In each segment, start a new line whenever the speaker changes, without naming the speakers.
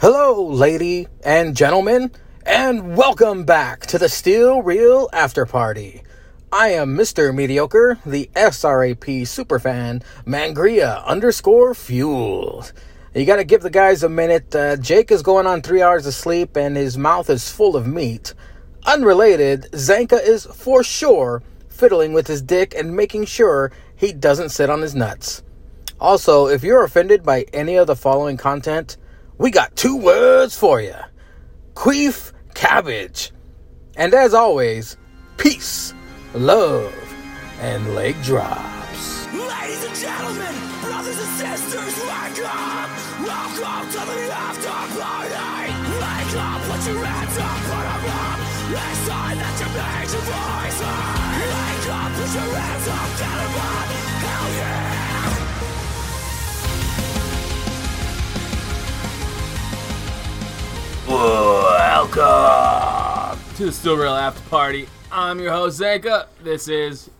Hello, lady and gentlemen, and welcome back to the Steel Reel After Party. I am Mr. Mediocre, the SRAP superfan, Mangria underscore fueled. You gotta give the guys a minute. Uh, Jake is going on three hours of sleep and his mouth is full of meat. Unrelated, Zanka is for sure fiddling with his dick and making sure he doesn't sit on his nuts. Also, if you're offended by any of the following content, we got two words for you queef cabbage. And as always, peace, love, and leg drops.
Ladies and gentlemen, brothers and sisters, wake up! Welcome to the after party! Wake up, put your hands up, put 'em up! It's time that you made your voice heard. Wake up, put your hands up, get 'em up! Hell yeah!
Welcome to the Still Real After Party. I'm your host Zanka. This is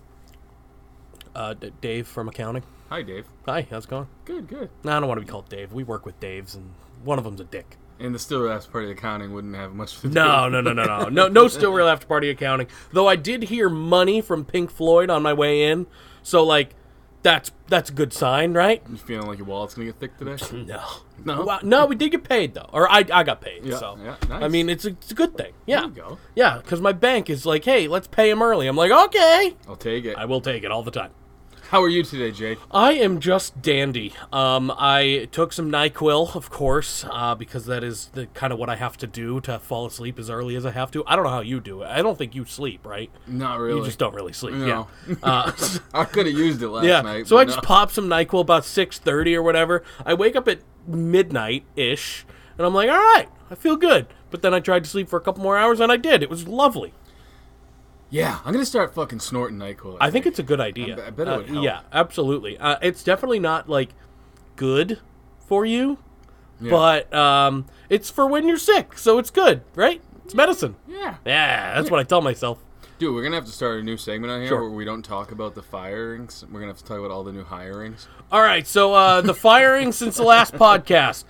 Uh, D- Dave from accounting.
Hi, Dave.
Hi, how's it going?
Good, good.
No, I don't want to be called Dave. We work with Daves, and one of them's a dick.
And the Still Real After Party accounting wouldn't have much to do.
No, no, no, no, no, no, no. Still real after party accounting. Though I did hear money from Pink Floyd on my way in, so like, that's that's a good sign, right?
You feeling like your wallet's gonna get thick today?
No,
No?
Well, no, we did get paid though, or I I got paid.
Yeah,
so
yeah, nice.
I mean, it's a, it's a good thing. Yeah,
you go.
yeah, because my bank is like, hey, let's pay him early. I'm like, okay,
I'll take it.
I will take it all the time.
How are you today, Jake?
I am just dandy. Um, I took some NyQuil, of course, uh, because that is the kind of what I have to do to fall asleep as early as I have to. I don't know how you do it. I don't think you sleep, right?
Not really.
You just don't really sleep.
No.
Yeah. Uh,
I could have used it last
yeah.
night.
so
but
I just
no.
pop some NyQuil about six thirty or whatever. I wake up at midnight ish, and I'm like, all right, I feel good. But then I tried to sleep for a couple more hours, and I did. It was lovely.
Yeah, I'm gonna start fucking snorting Nyquil.
I think it's a good idea.
I bet it
Uh,
would help.
Yeah, absolutely. Uh, it's definitely not like good for you, but um, it's for when you're sick, so it's good, right? It's medicine.
yeah.
Yeah, that's what I tell myself.
Dude, we're gonna have to start a new segment on here
Sure.
where we don't talk about the firings. We're gonna have to talk about all the new hirings.
All right, so uh, the firing since the last podcast,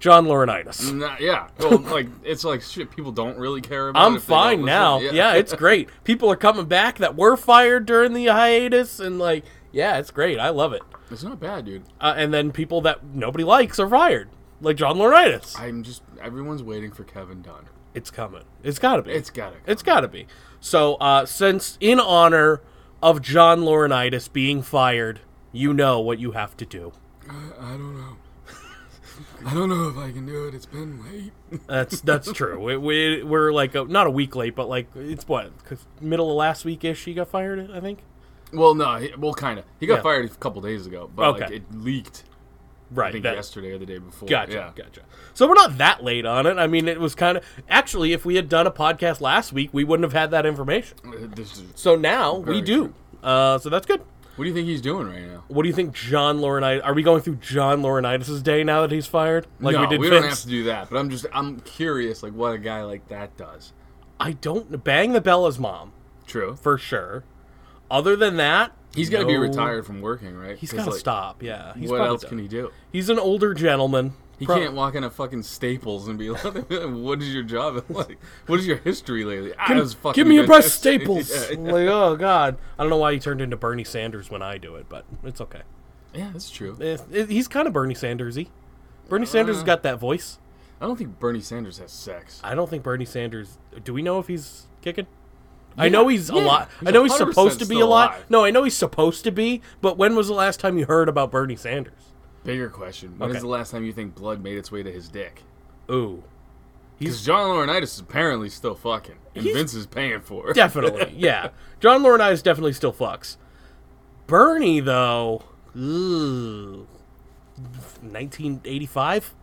John Laurinaitis.
Nah, yeah. Well, like it's like shit people don't really care about.
I'm
if they don't
fine
listen.
now. Yeah. it's great. People are coming back that were fired during the hiatus, and like, yeah, it's great. I love it.
It's not bad, dude.
Uh, and then people that nobody likes are fired, like John Laurinaitis.
I'm just everyone's waiting for Kevin Dunn.
It's coming. It's gotta be.
It's gotta. Come.
It's got to be. So, uh, since in honor of John Laurinaitis being fired, you know what you have to do.
I don't know. I don't know if I can do it. It's been late.
That's that's true. We, we we're like a, not a week late, but like it's what 'cause middle of last week ish. He got fired, I think.
Well, no. He, well, kind of. He got
Yeah.
fired a couple days ago, but like
Okay.
it leaked.
Right.
I think
that-
yesterday or the day before.
Gotcha.
Yeah.
Gotcha. So we're not that late on it. I mean, it was kind of actually if we had done a podcast last week, we wouldn't have had that information.
Uh, This is,
So now
Very
we do. Uh, so that's good.
what do you think he's doing right now?
What do you think, John Laurinaitis? Are we going through John Laurinaitis' day now that he's fired? Like
no,
we did
don't
Vince?
have to do that. But I'm just I'm curious, like what a guy like that does.
I don't bang the Bella's mom
True.
for sure. Other than that,
He's got to be
no-
retired from working, right?
He's
'Cause,
got to
like,
stop. Yeah. He's
what
probably
else
done.
can he do?
He's an older gentleman.
He can't walk into fucking Staples and be like, "What is your job? Like, what is your history lately?" I was fucking
Give me your
good
breast
history."
staples.
yeah,
Like, oh god, I don't know why he turned into Bernie Sanders when I do it, but it's okay.
yeah, that's true.
Eh, eh, he's kind of Bernie Sandersy. Bernie Sanders
Uh.
has got that voice.
I don't think Bernie Sanders has sex.
I don't think Bernie Sanders. Do we know if he's kicking? I know he's a
yeah.
lot.
He's
I know he's
100%
supposed to be
still
a lot.
alive.
No, I know he's supposed to be. But when was the last time you heard about Bernie Sanders?
Bigger question: When is
Okay.
the last time you think blood made its way to his dick?
Ooh,
Because John Laurinaitis is apparently still fucking, and
He's-
Vince is paying for it.
Definitely, yeah. John Laurinaitis definitely still fucks. Bernie though, ooh, 1985?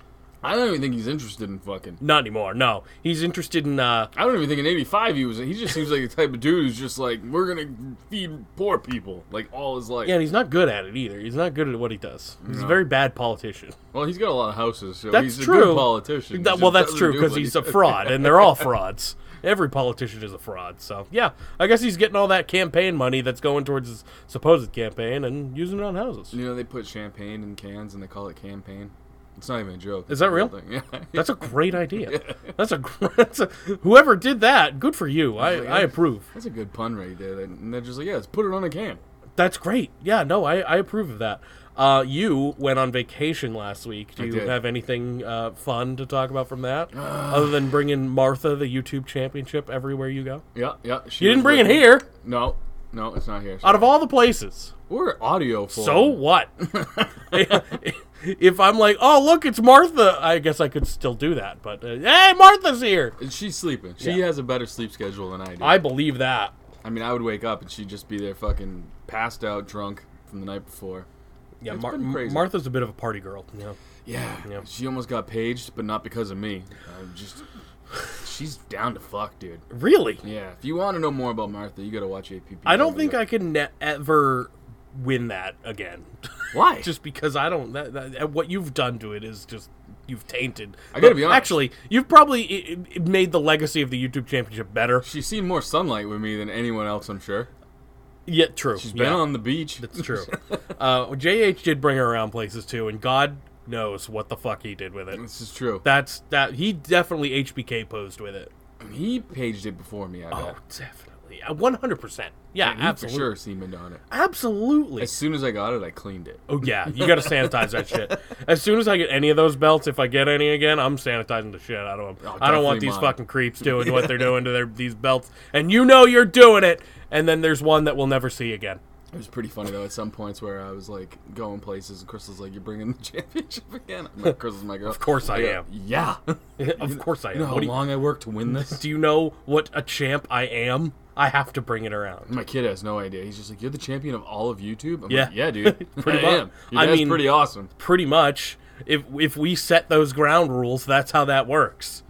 I don't even think he's interested in fucking.
Not anymore. No, he's interested in. uh
I don't even think in '85 he was. He just seems like the type of dude who's just like, "We're gonna feed poor people," like all his life.
Yeah, and he's not good at it either. He's not good at what he does. He's
No.
a very bad politician.
Well, he's got a lot of houses, so
That's
he's
true.
a good politician. He
That-
just
well, that's
doesn't
true
do
because
what he
he's a
does.
fraud, and they're all frauds. Every politician is a fraud. So yeah, I guess he's getting all that campaign money that's going towards his supposed campaign and using it on houses.
You know, they put champagne in cans and they call it campaign. It's not even a joke.
Is
It's
that
a
real?
Thing. Yeah.
That's a great idea. That's a, gr- that's a whoever did that. Good for you.
Oh
I, I approve.
That's a good pun right there. And they're just like, yeah, let's put it on a can.
That's great. Yeah, no, I, I approve of that. Uh, you went on vacation last week. Do
I
you
did.
have anything uh, fun to talk about from that, other than bringing Martha the YouTube Championship everywhere you go?
Yeah, yeah. She
You
was
didn't bring it
with me.
here.
No, no, it's not here.
Out of all the places,
We're audio form.
so what? if I'm like, oh look, it's Martha. I guess I could still do that. But uh, hey, Martha's here.
She's sleeping. She
Yeah.
has a better sleep schedule than I do.
I believe that.
I mean, I would wake up and she'd just be there fucking passed out drunk from the night before.
Yeah,
It's
Mar-
been crazy.
Martha's a bit of a party girl. Yeah.
Yeah, she almost got paged, but not because of me. I'm just, she's down to fuck, dude.
Really?
Yeah, if you want to know more about Martha, you got to watch APP.
I don't think I can ne- ever win that again.
Why?
just because I don't. That, that, what you've done to it is just you've tainted.
I gotta be honest.
Actually, you've probably i- i- made the legacy of the YouTube Championship better.
she's seen more sunlight with me than anyone else. I'm sure.
Yeah, true.
She's been
yeah,
on the beach.
It's true. uh, JH did bring her around places too, and God knows what the fuck he did with it.
This is true.
That's that. He definitely HBK posed with it.
he paged it before me. I bet.
Oh, definitely. One hundred percent. Yeah,
He for
absolutely.
sure seemed on it.
Absolutely.
As soon as I got it, I cleaned it.
Oh yeah, you gotta sanitize that shit. As soon as I get any of those belts, if I get any again, I'm sanitizing the shit out of them.
Oh,
I don't
definitely
want these
mine.
fucking creeps doing what they're doing to their these belts, and you know you're doing it. And then there's one that we'll never see again.
It was pretty funny though. At some points where I was like going places, and Crystal's like, "You're bringing the championship again." I'm like, "Crystal's my girl." Of
course I am.
Yeah.
of course I am.
You know how
What do, you,
long I worked to win this?
do you know what a champ I am? I have to bring it around.
My kid has no idea. He's just like, "You're the champion of all of YouTube." I'm
Yeah.
like, "Yeah, dude.
Pretty
I
much.
am. Your
I
dad's
mean-
pretty awesome."
Pretty much, if if we set those ground rules, that's how that works.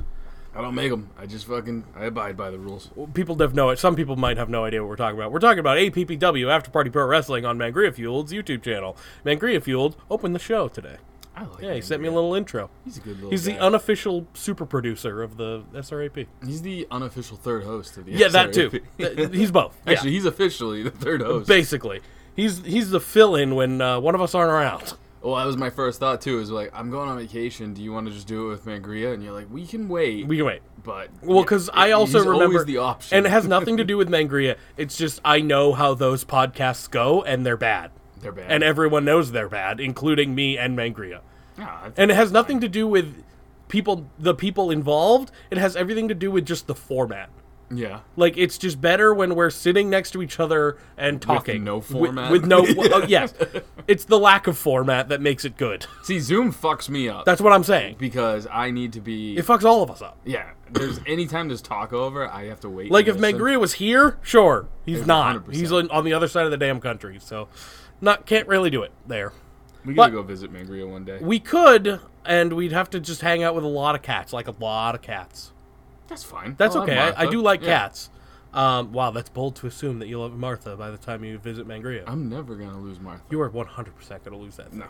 I don't make them. I just fucking I abide by the rules.
people have no some people might have no idea what we're talking about. We're talking about APPW After Party Pro Wrestling on Mangria Fueled's YouTube channel. Mangria Fueled opened the show today.
I like.
Yeah, he sent me a little intro.
He's a good little.
He's the
guy.
unofficial super producer of the SRAP.
He's the unofficial third host of the.
Yeah, that too.
SRAP.
Th- He's both. Yeah,
Actually, he's officially the third host.
basically. He's he's the fill-in when uh, one of us aren't around.
well, that was my first thought too. Is like, I'm going on vacation. Do you want to just do it with Mangria? And you're like, we can wait.
We can wait.
but
Well, because I also
he's
remember
always the option.
and it has nothing to do with Mangria. It's just I know how those podcasts go, and they're bad.
They're bad.
and everyone knows they're bad, including me and Mangria.
Nah, I-
and it has nothing to do with people the people involved it has everything to do with just the format
yeah,
like it's just better when we're sitting next to each other and talking
no
With-
format?
with, no oh, yes it's the lack of format that makes it good
see, Zoom fucks me up.
that's what i'm saying
because I need to be.
it fucks all of us up
yeah, there's anytime there's talk over, I have to wait.
like if
and listen.
Magria was here sure he's not
100%.
he's on, on the other side of the damn country so not can't really do it there
we gotta go
but-
visit Magria one day.
we could and we'd have to just hang out with a lot of cats like a lot of cats
that's fine.
That's
I'll have
okay. Oh, I, I
Martha.
do like
Yeah.
cats. Um, wow, that's bold to assume that you'll love Martha by the time you visit Mangria.
I'm never gonna lose Martha.
you are 100% going to lose that thing.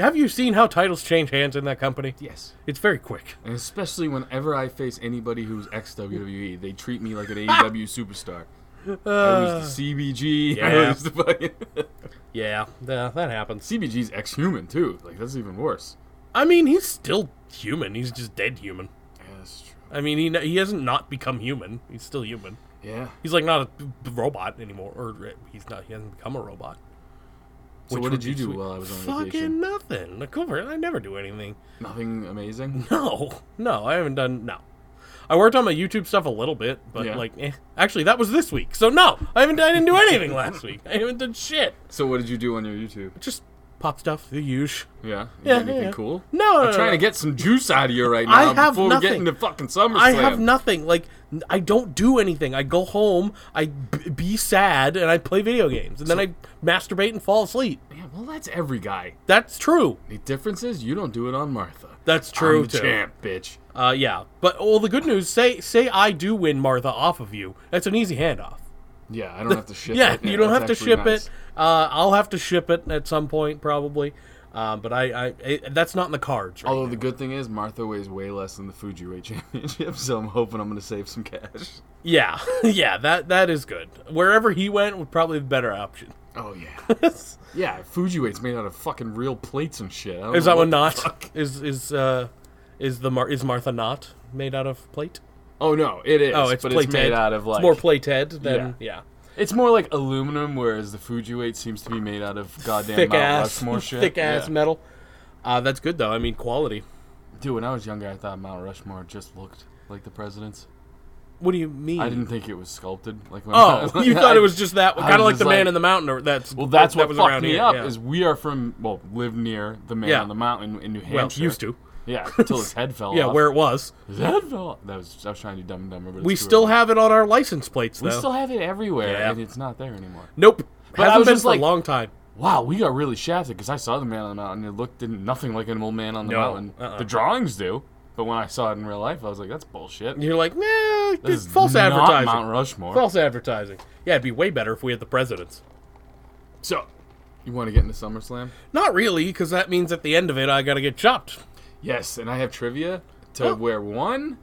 Have you seen how titles change hands in that company?
yes.
It's very quick.
And especially whenever I face anybody who's ex WWE, they treat me like an
Ah!
AEW superstar. I lose the CBG. I
Uh, yeah.
lose the fucking
Yeah, tha- that happens.
CBG's ex-human too. Like that's even worse.
I mean, he's still human. He's just dead human.
Yeah, that's true.
I mean, he, n- he hasn't not become human. He's still human.
Yeah.
He's like not a b- b- robot anymore, or uh, he's not. He hasn't become a robot.
So
Which
what
would
did you
be
do
sweet.
while I was on
Fucking
vacation?
nothing. Like, over, I never do anything.
Nothing amazing.
No, no, I haven't done no. I worked on my YouTube stuff a little bit, but
Yeah.
like, eh. actually, that was this week. So no, I haven't. I didn't do anything last week. I haven't done shit.
So what did you do on your YouTube?
Just pop stuff, the usual.
Yeah. You
Yeah,
got anything
yeah.
cool?
No,
I'm
no,
trying
no.
to get some juice out of you right
I
now
have
before we get
nothing.
into fucking SummerSlam.
I have nothing. Like, n- I don't do anything. I go home, I b- be sad, and I play video games, and then I masturbate and fall asleep.
Yeah, well, that's every guy.
That's true.
The difference is you don't do it on Martha.
That's true
I'm the
too.
champ, bitch.
Uh, yeah, but all the good news. Say, say I do win Martha off of you. That's an easy handoff.
Yeah, I don't have to ship
yeah,
it.
you don't
that's
have to
actually
ship
nice.
it. Uh, I'll have to ship it at some point, probably. Um, but I, I, I that's not in the cards. Right?
Although the good thing is Martha weighs way less than the Fuji weight championship, so I'm hoping I'm going to save some cash.
Yeah, yeah, that that is good. Wherever he went was probably the better option.
Oh yeah, yeah. Fuji weight's made out of fucking real plates and shit. I don't
Is
know
that one
what-
not? Is is uh, is the Mar- is Martha not made out of plate?
Oh no, it is.
Oh, it's
but
plated.
it's made out of like
it's more plated than yeah.
It's more like aluminum, whereas the Fujiweight seems to be made out of goddamn
Thick
Mount
ass,
Rushmore shit.
thick ass
Yeah.
metal. Uh, that's good though. I mean, quality.
Dude, when I was younger, I thought Mount Rushmore just looked like the president's.
What do you mean?
I didn't think it was sculpted. Like when I
Oh,
was-
you thought
I-
it was just that
I
kind of
was
like
just
the man
like-
in the mountain, or that's
Well, that's
that
what
was
fucked
around
me
here,
up.
yeah.
Is we are from well, live near the man
Yeah.
on the mountain in New Hampshire.
well, used to.
Yeah, until his head fell
Yeah,
off.
where it was.
his head fell. Off. That was I was trying to do Dumb and Dumber. But
We
it's too
still
early.
have it on our license plates though.
we still have it everywhere,
Yeah.
and it's not there anymore.
nope.
But I
Hasn't
was
been
just
for
like-
a long time.
Wow, we got really shafted because I saw the Man on the Mountain. It looked didn't, nothing like an old Man on the
No,
Mountain.
uh-uh.
The drawings do, but when I saw it in real life, I was like, "That's bullshit."
You're like, nah,
this is
false
not
advertising.
Mount Rushmore.
False advertising. Yeah, it'd be way better if we had the presidents.
So, you want to get into SummerSlam?
Not really, because that means at the end of it, I gotta get chopped.
Yes, and I have trivia to
Oh.
where one.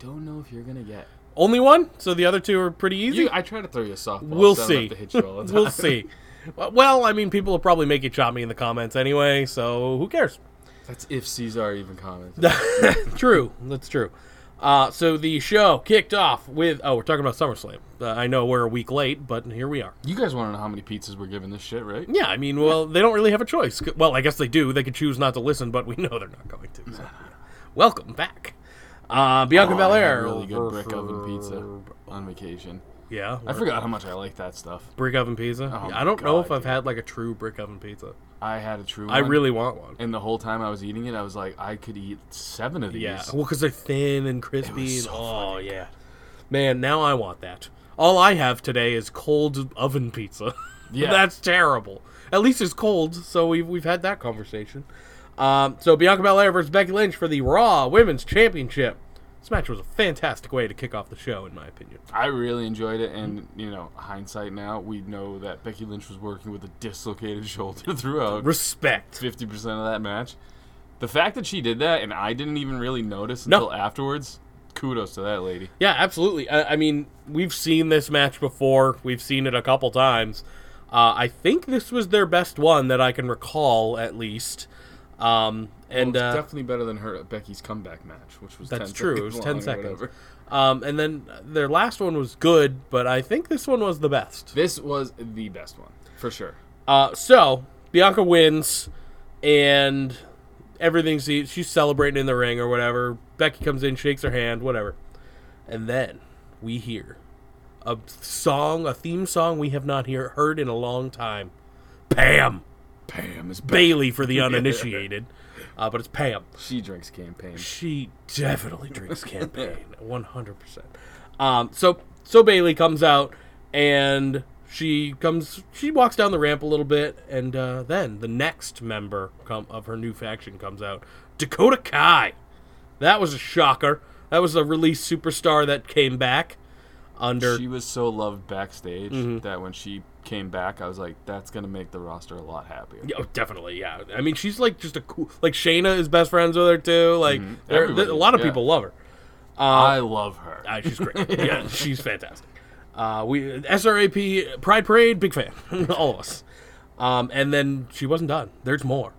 I don't know if you're gonna get.
Only one, so the other two are pretty easy.
You, I try to throw you a softball.
we'll
so I don't
see.
have to hit you all the
we'll
time.
see. Well, I mean, people will probably make you chop me in the comments anyway, so who cares?
That's if Caesar even comments.
true. That's true. Uh, so the show kicked off with. Oh, we're talking about SummerSlam. Uh, I know we're a week late, but here we are.
you guys want to know how many pizzas we're giving this shit, right?
Yeah, I mean, well, they don't really have a choice. C- Well, I guess they do. They could choose not to listen, but we know they're not going to. so, yeah. Welcome back. Uh, Bianca
I had
Belair.
Really good brick oven pizza on vacation.
Yeah.
I forgot how much I like that stuff.
Brick oven pizza.
Oh
I don't know
God,
if I've had like a true brick oven pizza.
I had a true.
I
one.
really want one.
And the whole time I was eating it, I was like, I could eat seven of these.
Yeah. Well, because they're thin and crispy. and,
so
oh, yeah. Man, now I want that. All I have today is cold oven pizza.
Yeah.
That's terrible. At least it's cold, so we've, we've had that conversation. Um, so Bianca Belair versus Becky Lynch for the Raw Women's Championship. This match was a fantastic way to kick off the show, in my opinion.
I really enjoyed it, and you know, hindsight now, we know that Becky Lynch was working with a dislocated shoulder throughout
Respect.
fifty percent of that match. The fact that she did that, and I didn't even really notice
No.
until afterwards. Kudos to that lady.
Yeah, absolutely. I, I mean, we've seen this match before. We've seen it a couple times. Uh, I think this was their best one that I can recall, at least. Um, and
Well, it's
uh,
definitely better than her Becky's comeback match, which was
that's
10
true. It
seconds
was ten
long or
seconds.
whatever.
Um, and then their last one was good, but I think this one was the best.
This was the best one for sure.
Uh, so Bianca wins, and everything's e, she's celebrating in the ring or whatever. Becky comes in, shakes her hand, whatever, and then we hear a song, a theme song we have not hear, heard in a long time. Pam
Pam is baby.
Bailey for the uninitiated, uh, but it's Pam.
She drinks campaign.
She definitely drinks campaign, one hundred percent. Um, so so Bailey comes out and she comes, she walks down the ramp a little bit, and uh, then the next member come, of her new faction comes out, Dakota Kai. That was a shocker. That was a release superstar that came back under.
She was so loved backstage
Mm-hmm.
that when she came back, I was like, that's going to make the roster a lot happier.
Yeah, oh, definitely, yeah. I mean, she's like just a cool. Like Shayna is best friends with her too. Like there-
Mm-hmm. Everybody
a
is,
lot of
yeah.
people love her.
I love her.
Uh, she's great. yeah, she's fantastic. Uh, we SRAP Pride Parade, big fan, all of us. Um, and then she wasn't done. There's more.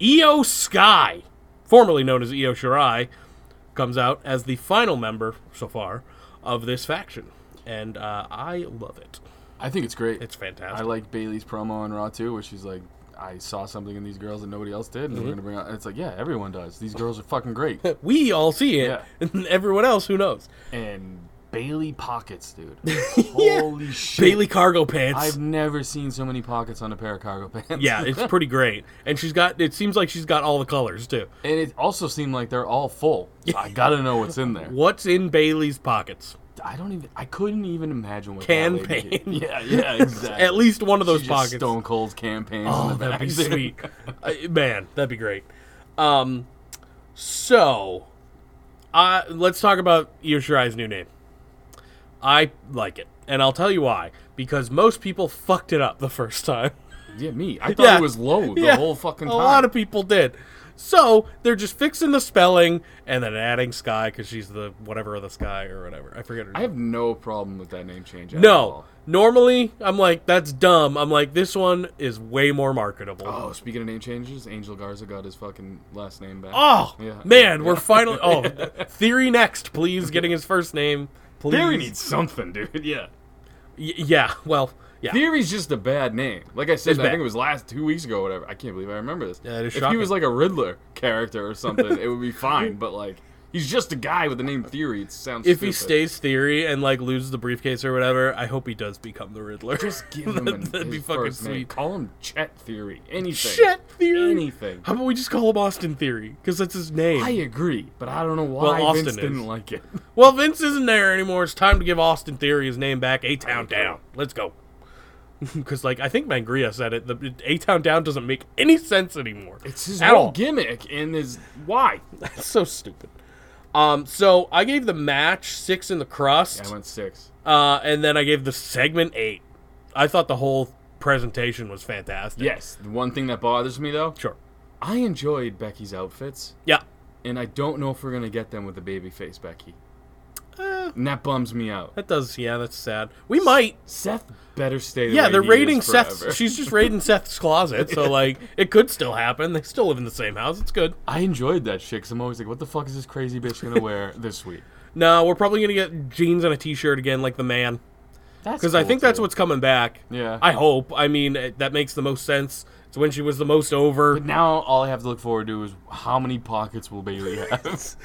Io Sky, formerly known as Io Shirai, comes out as the final member so far of this faction, and uh, I love it.
I think it's great.
It's fantastic.
I like Bailey's promo on Raw too, where she's like, I saw something in these girls that nobody else did, and
Mm-hmm.
we're going to bring out. It's like, yeah, everyone does. These girls are fucking great.
we all see it,
Yeah.
and everyone else who knows.
and Bailey pockets, dude. Holy shit.
Bailey cargo pants.
I've never seen so many pockets on a pair of cargo pants.
yeah, it's pretty great, and she's got. It seems like she's got all the colors too.
and it also seemed like they're all full. So I gotta know what's in there.
What's in Bailey's pockets?
I don't even. I couldn't even imagine what
Can
that lady
pain.
did. Yeah, yeah, exactly.
At least one of those
She just
pockets.
Stone Cold campaigns. in
Oh,
the
that'd be
back there.
sweet, Uh, man. That'd be great. Um, so, uh, let's talk about Io Shirai's new name. I like it, and I'll tell you why. Because most people fucked it up the first time.
Yeah, me. I thought
Yeah.
it was low the
Yeah,
whole fucking time.
A lot of people did. So they're just fixing the spelling and then adding Sky because she's the whatever of the sky or whatever. I forget her.
I
name.
have no problem with that name change. At
no.
all.
Normally, I'm like, that's dumb. I'm like, this one is way more marketable.
Oh, speaking of name changes, Angel Garza got his fucking last name back.
Oh,
Yeah.
man,
Yeah.
we're finally. Oh, Theory next, please. Getting his first name, please.
Theory needs something, dude. Yeah.
Y- yeah, well, yeah.
Theory's just a bad name. Like I said,
It's
I
bad.
think it was last two weeks ago, or whatever. I can't believe I remember this.
Yeah, it is
if he
shocking.
was like a Riddler character or something, it would be fine. But like, he's just a guy with the name Theory. It sounds.
if he
stupid.
stays Theory and like loses the briefcase or whatever, I hope he does become the Riddler.
just give him an,
that'd be
his
fucking
first name.
sweet.
Call him Chet Theory. Anything.
Shit, Theory.
Anything.
How about we just call him Austin Theory? Because that's his name.
I agree, but I don't know why
Well, Austin
Vince
is.
didn't like it.
Well, Vince isn't there anymore. It's time to give Austin Theory his name back. A Town
agree.
Down. Let's go. Because, like, I think Mangria said it. The A Town Down doesn't make any sense anymore.
It's his
At
whole
all.
gimmick, and his why.
It's so stupid. Um, so I gave the match six in the crust,
I went six.
uh, and then I gave the segment eight. I thought the whole presentation was fantastic.
Yes. The one thing that bothers me though,
Sure.
I enjoyed Becky's outfits.
Yeah.
and I don't know if we're gonna get them with the baby face Becky. and that bums me out.
Eh. That does. Yeah, that's sad. We might.
Seth better stay. The
Yeah,
way
they're
he
raiding
is forever.
Seth's. She's just raiding Seth's closet. So like, it could still happen. They still live in the same house. It's good.
I enjoyed that shit because I'm always like, what the fuck is this crazy bitch gonna wear this week?
No, we're probably gonna get jeans and a t-shirt again, like the man,
That's
because I think that's what's coming back.
Yeah.
I hope. I mean, it, that makes the most sense. It's when she was the most over,
But now all I have to look forward to is how many pockets will Bailey have. if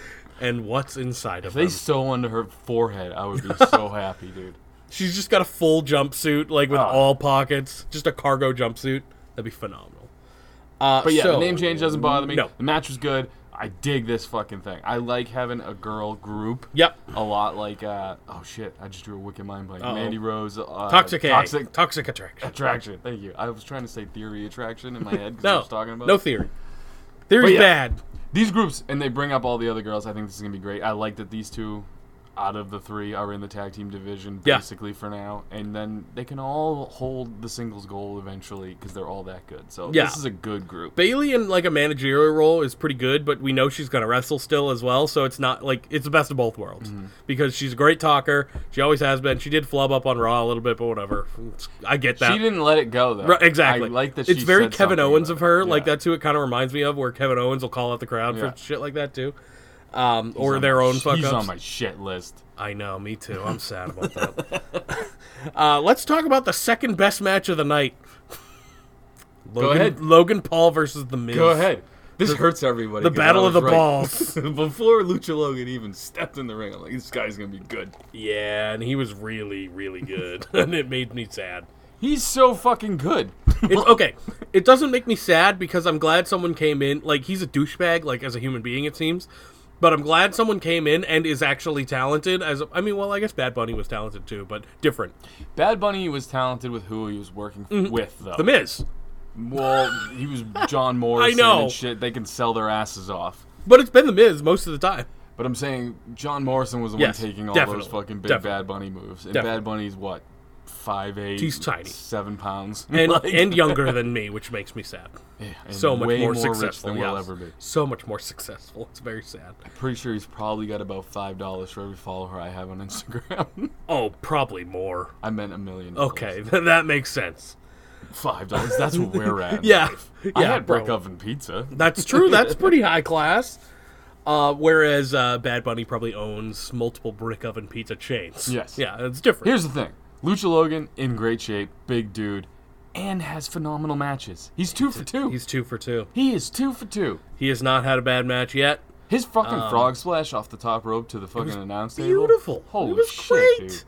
and what's inside of
they
them.
sew under her forehead, I would be so happy, dude.
She's just got a full jumpsuit, like with
Oh.
all pockets, just a cargo jumpsuit. That'd be phenomenal. Uh,
But yeah,
so-
the name change doesn't bother me.
No.
The match was good. I dig this fucking thing. I like having a girl group.
Yep.
A lot like uh, oh shit, I just drew a wicked mind blank.
Uh-oh.
Mandy Rose. Uh,
Toxic, A.
Toxic
toxic, attraction.
Attraction. Thank you. I was trying to say theory attraction in my head because I
No,
was talking about
no theory. Theory's
yeah.
bad.
these groups, and they bring up all the other girls. I think this is gonna be great. I like that these two, out of the three, are in the tag team division
Yeah.
basically for now, and then they can all hold the singles goal eventually because they're all that good. So
Yeah.
this is a good group.
Bailey in like a managerial role is pretty good, but we know she's gonna wrestle still as well. So it's not like it's the best of both worlds
Mm-hmm.
because she's a great talker. She always has been. She did flub up on Raw a little bit, but whatever. I get that.
she didn't let it go though.
Right, exactly.
I like that.
It's
she
very
said
Kevin
something
Owens
about
of her.
it.
Like
Yeah.
that's who it kind of reminds me of, where Kevin Owens will call out the crowd
Yeah.
for shit like that too, um, or
on
their
my-
own fuck
He's on
ups.
my shit list.
I know, me too. I'm sad about that. uh, let's talk about the second best match of the night. Logan,
ahead.
Logan Paul versus The Miz.
Go ahead. This hurts everybody.
The
'cause I
battle of
was
the
right.
balls.
Before Lucha Logan even stepped in the ring, I'm like, this guy's gonna be good.
Yeah, and he was really, really good, and it made me sad.
He's so fucking good.
It's okay. It doesn't make me sad because I'm glad someone came in. Like he's a douchebag, like as a human being, it seems. But I'm glad someone came in and is actually talented. As I mean, well, I guess Bad Bunny was talented too, but different.
Bad Bunny was talented with who he was working with, though.
Mm-hmm. The Miz,
well, he was John Morrison
know.
and shit. They can sell their asses off.
but it's been the Miz most of the time.
But I'm saying John Morrison was the
Yes,
one taking all
definitely,
those fucking big
definitely.
Bad Bunny moves. And
Definitely.
Bad Bunny's what? Five eight.
He's tiny.
Seven pounds.
and
Like-
and younger than me, which makes me sad.
and
so much
way
more,
rich
successful
than we'll
yes.
ever be.
So much more successful. It's very sad.
Pretty sure he's probably got about five dollars for every follower I have on Instagram.
Oh, probably more.
I meant a million. dollars.
Okay, that makes sense.
five dollars. That's where we're at.
Yeah, yeah.
I had
bro.
brick oven pizza.
That's true. That's pretty high class. Uh, whereas uh, Bad Bunny probably owns multiple brick oven pizza chains.
Yes.
Yeah, it's different.
Here's the thing: Lucha Logan in great shape, big dude, and has phenomenal matches. He's two for two.
He's two for two.
he is two for two.
He has not had a bad match yet.
His fucking frog splash off the top rope to the fucking announce table.
Um, Beautiful.
Holy
it was
shit,
great.
dude!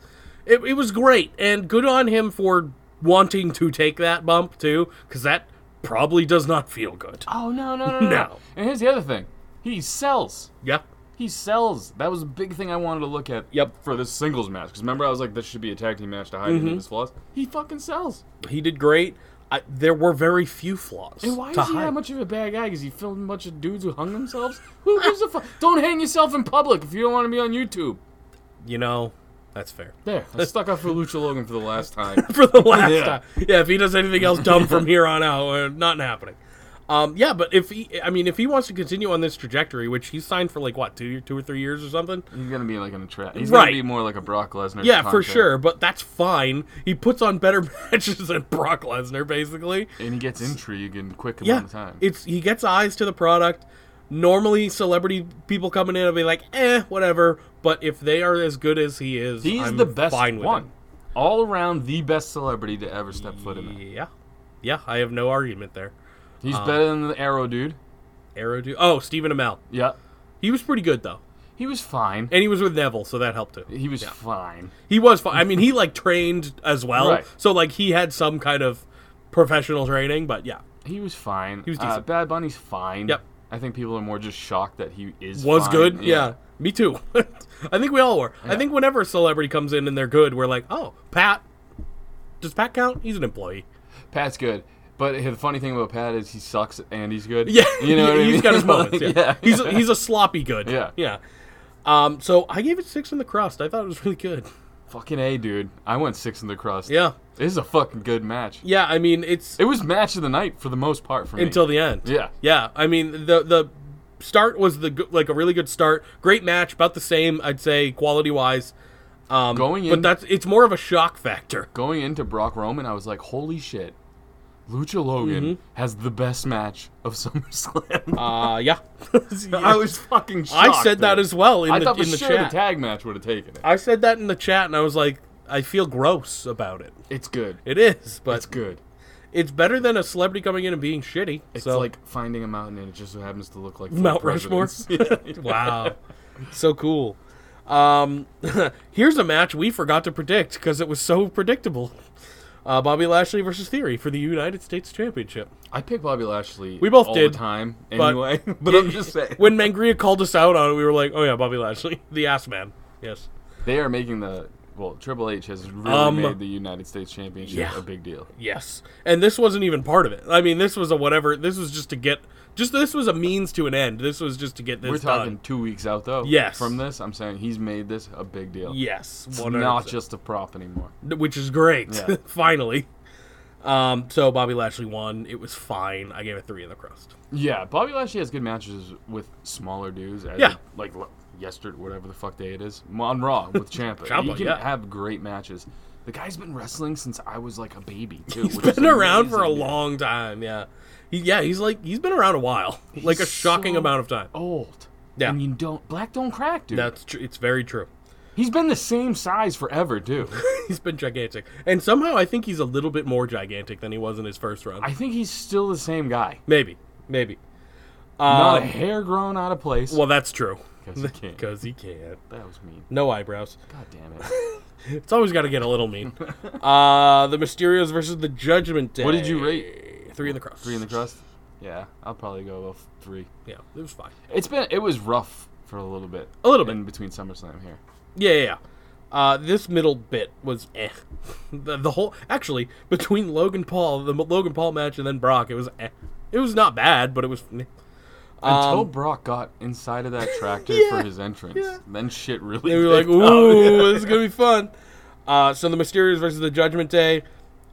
It, it was great. And good on him for wanting to take that bump, too, because that probably does not feel good.
Oh no, no, no, no,
No.
And here's the other thing: he sells.
Yeah.
He sells. That was a big thing I wanted to look at.
Yep. Mm-hmm.
For this singles match, because remember I was like, this should be a tag team match to hide his flaws. He fucking sells.
He did great. I, there were very few flaws.
And why
to
is he
hide.
that much of a bad guy? Because he filmed a bunch of dudes who hung themselves? Who gives a fuck? Don't hang yourself in public if you don't want to be on YouTube.
You know, That's fair.
There, I stuck up for Lucha Logan for the last time.
for the last
Yeah.
time. Yeah, if he does anything else dumb from here on out, uh, not happening. Um, yeah, but if he, I mean, if he wants to continue on this trajectory, which he's signed for like what two, two or three years or something.
He's gonna be like an attract. He's
Right.
gonna be more like a Brock Lesnar.
Yeah, for
contract.
sure. But that's fine. He puts on better matches than Brock Lesnar, basically.
And he gets intrigue in quick
Yeah,
amount of time.
it's he gets eyes to the product. Normally, celebrity people coming in will be like, eh, whatever. But if they are as good as he is,
He's
I'm
the best
fine with
one,
it.
all around the best celebrity to ever step foot in. it.
Yeah, yeah, I have no argument there.
He's
um,
better than the Arrow dude.
Arrow, do oh Stephen Amell,
Yeah,
he was pretty good though.
he was fine.
and he was with Neville, so that helped him.
He was fine.
He was fine. I mean, he like trained as well,
Right.
so like he had some kind of professional training. But yeah,
He was fine. He
was
Uh,
decent.
Bad Bunny's fine.
Yep.
I think people are more just shocked that he is
was
fine.
good. Yeah. me too. I think we all were. I think whenever a celebrity comes in and they're good, we're like, oh, Pat. Does Pat count? He's an employee.
Pat's good. But the funny thing about Pat is he sucks and he's good.
Yeah,
you know what I
he's
mean.
got his moments.
Like,
Yeah, he's a, he's a sloppy good.
Yeah.
yeah. Um, so I gave it six in the crust. I thought it was really good.
fucking a dude. I went six in the crust.
Yeah,
this is a fucking good match.
yeah. I mean, it's
It was match of the night for the most part for me.
until the end.
Yeah.
yeah. I mean, the the start was the go- like a really good start. Great match, about the same I'd say quality wise. Um,
Going in-
but that's it's more of a shock factor.
going into Brock Roman, I was like, holy shit, Lucha Logan has the best match of SummerSlam.
Mm-hmm. Uh, yeah.
I was fucking. shocked.
I said that
dude.
as well in
I
the
thought for
in the
sure
chat.
the tag match would have taken it.
I said that in the chat, and I was like, I feel gross about it.
It's good.
It is, but
It's good.
it's better than a celebrity coming in and being shitty.
It's
so.
like finding a mountain and it just so happens to look like four
Mount Rushmore.
presidents.
wow, so cool. Um, here's a match we forgot to predict because it was so predictable. Uh, Bobby Lashley versus Theory for the United States Championship.
I pick Bobby Lashley.
We both
all
did,
the time
but-
anyway. But, I'm just saying
When Mangria called us out on it, we were like, "Oh yeah, Bobby Lashley, the ass man." Yes.
they are making the well. Triple H has really
Um,
made the United States Championship
yeah.
a big deal.
Yes. And this wasn't even part of it. I mean, this was a whatever. This was just to get. Just this was a means to an end. This was just to get this
We're talking
done.
two weeks out though.
Yes.
From this, I'm saying he's made this a big deal.
Yes.
It's
100%.
not just a prop anymore.
which is great.
Yeah.
Finally. Um, so Bobby Lashley won. It was fine. I gave it three in the crust.
Yeah, Bobby Lashley has good matches with smaller dudes. as
Yeah.
of, like l- yesterday, whatever the fuck day it is, on Raw with Champa.
Ciampa,
he can
yeah.
have great matches. The guy's been wrestling since I was like a baby too.
He's been around for a long time. Yeah. He, yeah, he's like he's been around a while, like a shocking
so-
amount of time.
Old.
Yeah.
And you don't black don't crack, dude.
That's tr- it's very true.
He's been the same size forever, too.
He's been gigantic, and somehow I think he's a little bit more gigantic than he was in his first run.
I think he's still the same guy.
maybe, maybe.
Not a
Um,
hair grown out of place.
Well, that's true
because he can't.
because he can't.
That was mean.
No eyebrows.
God damn it.
It's always got to get a little mean. uh, the Mysterios versus the Judgment Day.
what did you rate?
Three in the crust.
Three in the crust? Yeah, I'll probably go with three.
Yeah, it was fine.
It's been it was rough for a little bit.
A little bit.
in between SummerSlam here.
Yeah, yeah, yeah. Uh, this middle bit was eh. The, the whole actually between Logan Paul, the Logan Paul match, and then Brock, it was eh. It was not bad, but it was. eh. meh.
Until
Um,
Brock got inside of that tractor
Yeah,
for his entrance, then shit really.
They were like,
picked up.
"Ooh, this is gonna be fun." Uh, so the Mysterios versus the Judgment Day,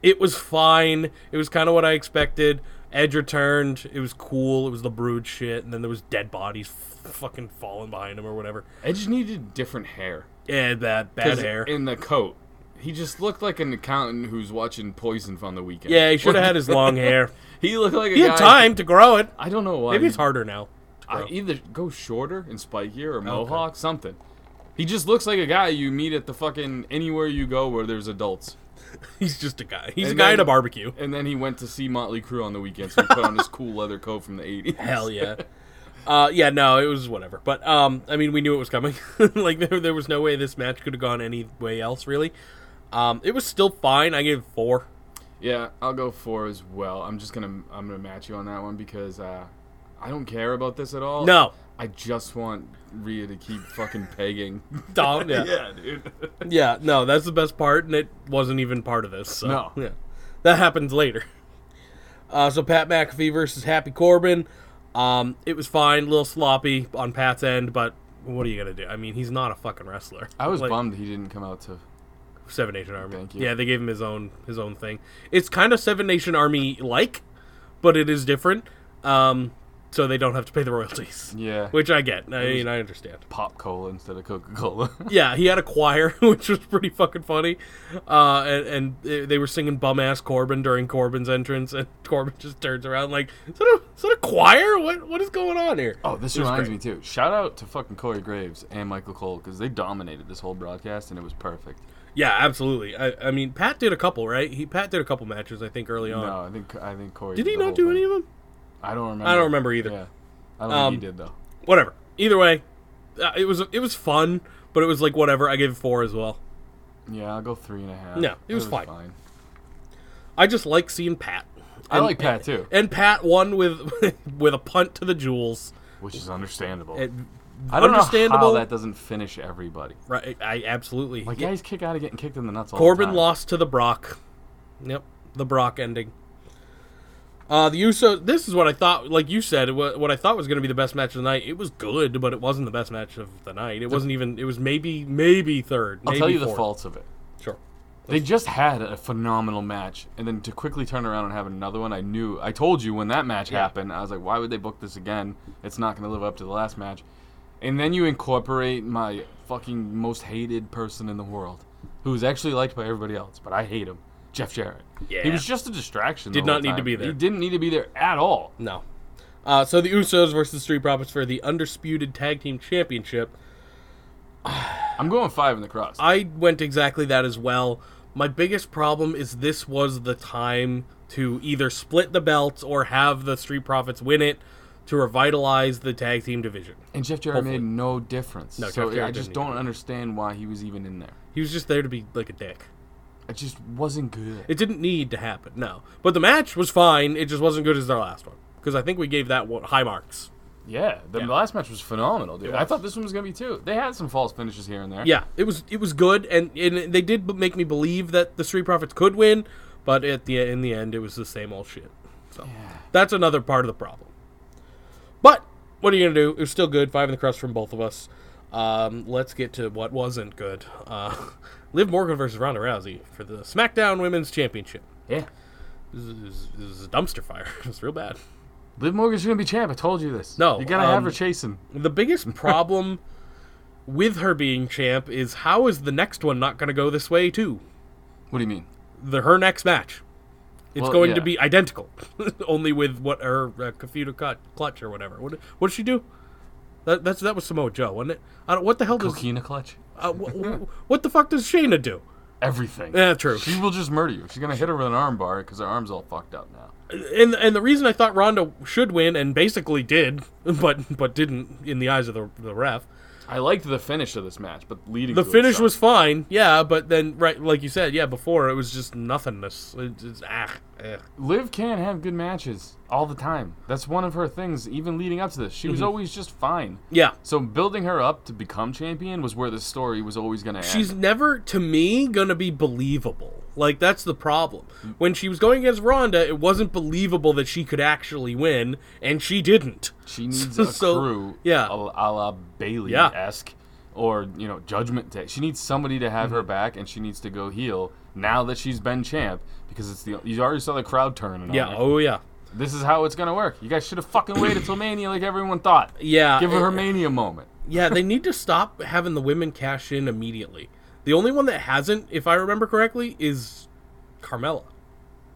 it was fine. It was kind of what I expected. Edge returned. It was cool. It was the Brood shit, and then there was dead bodies f- fucking falling behind him or whatever.
Edge needed different hair.
Yeah, that bad
'Cause
hair.
in the coat. He just looked like an accountant who's watching Poison on the weekend.
yeah, he should have had his long hair.
He looked like a
He
guy.
had time to grow it.
I don't know why.
Maybe it's
he-
harder now.
I either go shorter and spikier or mohawk, something. He just looks like a guy you meet at the fucking anywhere you go where there's adults.
He's just a guy. He's
And
a guy at
then-
a barbecue.
And then he went to see Motley Crue on the weekend, so he put on his cool leather coat from the 80s.
Hell yeah. Uh, yeah, no, it was whatever. But um, I mean, we knew it was coming. like there, there was no way this match could have gone any way else, really. Um, it was still fine. I gave it four.
Yeah, I'll go four as well. I'm just gonna I'm gonna match you on that one because uh, I don't care about this at all.
No.
I just want Rhea to keep fucking pegging.
Dom, yeah. yeah,
yeah, dude.
no, that's the best part, and it wasn't even part of this. So,
No.
yeah, that happens later. Uh, so Pat McAfee versus Happy Corbin. Um, it was fine, a little sloppy on Pat's end, but what are you gonna do? I mean, he's not a fucking wrestler.
I was
Like,
bummed he didn't come out to.
Seven Nation Army.
Thank you.
Yeah, they gave him his own his own thing. It's kind of Seven Nation Army like, but it is different. Um, so they don't have to pay the royalties.
Yeah.
Which I get. I mean, I understand.
Pop cola instead of Coca Cola.
Yeah, he had a choir, which was pretty fucking funny. Uh, and, and they they were singing bum ass Corbin during Corbin's entrance, and Corbin just turns around like, is that a, is that a choir? What What is going on here?
oh, this
It was
reminds
great.
me too. Shout out to fucking Corey Graves and Michael Cole because they dominated this whole broadcast and it was perfect.
Yeah, absolutely. I, I mean, Pat did a couple, right? He Pat did a couple matches, I think, early on.
No, I think I think Corey.
Did he
the
not
whole
do
thing.
any of them?
I don't remember.
I don't remember either. Um,
Yeah, I don't think he did though.
whatever. Either way, uh, it was it was fun, but it was like whatever. I gave it four as well.
Yeah, I'll go three and a half.
No, it was fine. I just like seeing Pat,
I like Pat too,
and Pat won with with a punt to the jewels.
which is understandable.
It,
I don't know
understandable.
how that doesn't finish everybody.
right, I absolutely.
Like guys kick out of getting kicked in the nuts all the
Corbin
time.
lost to the Brock. Yep, the Brock ending. Uh, the Usos. This is what I thought. Like you said, what, what I thought was going to be the best match of the night. It was good, but it wasn't the best match of the night. It wasn't even. It was maybe maybe third.
I'll
maybe
tell you the
fourth.
faults of it.
Sure.
They just had a phenomenal match, and then to quickly turn around and have another one, I knew. I told you when that match
Yeah.
happened, I was like, why would they book this again? It's not going to live up to the last match. And then you incorporate my fucking most hated person in the world, who's actually liked by everybody else, but I hate him, Jeff Jarrett. He
Yeah.
was just a distraction. the
Did
whole
not need to
time.
be there.
He didn't need to be there at all.
No. Uh, so the Usos versus Street Profits for the undisputed tag team championship.
I'm going five in the cross.
I went exactly that as well. My biggest problem is this was the time to either split the belts or have the Street Profits win it to revitalize the tag team division.
and Jeff Jarrett
hopefully.
made no difference.
No,
so
Jeff Jarrett
I just
didn't even-
don't understand why he was even in there.
He was just there to be like a dick.
It just wasn't good.
It didn't need to happen, no. But the match was fine. It just wasn't good as their last one because I think we gave that one high marks.
Yeah, the
Yeah.
last match was phenomenal, dude. I
was.
thought this one was gonna be too. They had some false finishes here and there.
Yeah, it was it was good, and, and they did b- make me believe that the Street Profits could win, but at the in the end, it was the same old shit. So that's another part of the problem. But what are you gonna do? It was still good, five in the crust from both of us. Um, let's get to what wasn't good. Uh, Liv Morgan versus Ronda Rousey for the SmackDown Women's Championship.
yeah.
This is, this is a dumpster fire. it's real bad.
Liv Morgan's gonna be champ. I told you this.
No,
you gotta have
um,
her chasing.
The biggest problem with her being champ is how is the next one not gonna go this way too?
What do you mean?
the her next match. It's
Well,
going to
yeah.
be identical, only with what her uh, Kafuta cut, clutch or whatever. What what did she do? That that's that was Samoa Joe, wasn't it? I don't, what the hell does
Coquina clutch.
uh, wh- wh- what the fuck does Shayna do?
Everything.
Yeah, true.
She will just murder you. She's gonna hit her with an arm bar because her arm's all fucked up now.
And and the reason I thought Ronda should win and basically did, but but didn't in the eyes of the the ref.
I liked the finish of this match, but leading
The
to it
finish
sucked.
was fine, yeah, but then right like you said, yeah, before it was just nothingness. It's, it's ah, eh.
Liv can have good matches all the time. That's one of her things. Even leading up to this, she
Mm-hmm.
was always just fine.
yeah.
So building her up to become champion was where the story was always gonna end.
she's never to me gonna be believable like that's the problem when she was going against ronda it wasn't believable that she could actually win and she didn't
She needs
So-
a
so,
crew,
yeah.
a, a la Bailey esque, or you know, Judgment Day. She needs somebody to have her
Mm-hmm.
back, and she needs to go heel now that she's been champ because it's the you already saw the crowd turn. And all
yeah
that.
oh yeah
this is how it's gonna work. You guys should have fucking waited till Mania, like everyone thought.
Yeah,
give her her
it-
Mania moment.
yeah they need to stop having the women cash in immediately the only one that hasn't if i remember correctly is carmella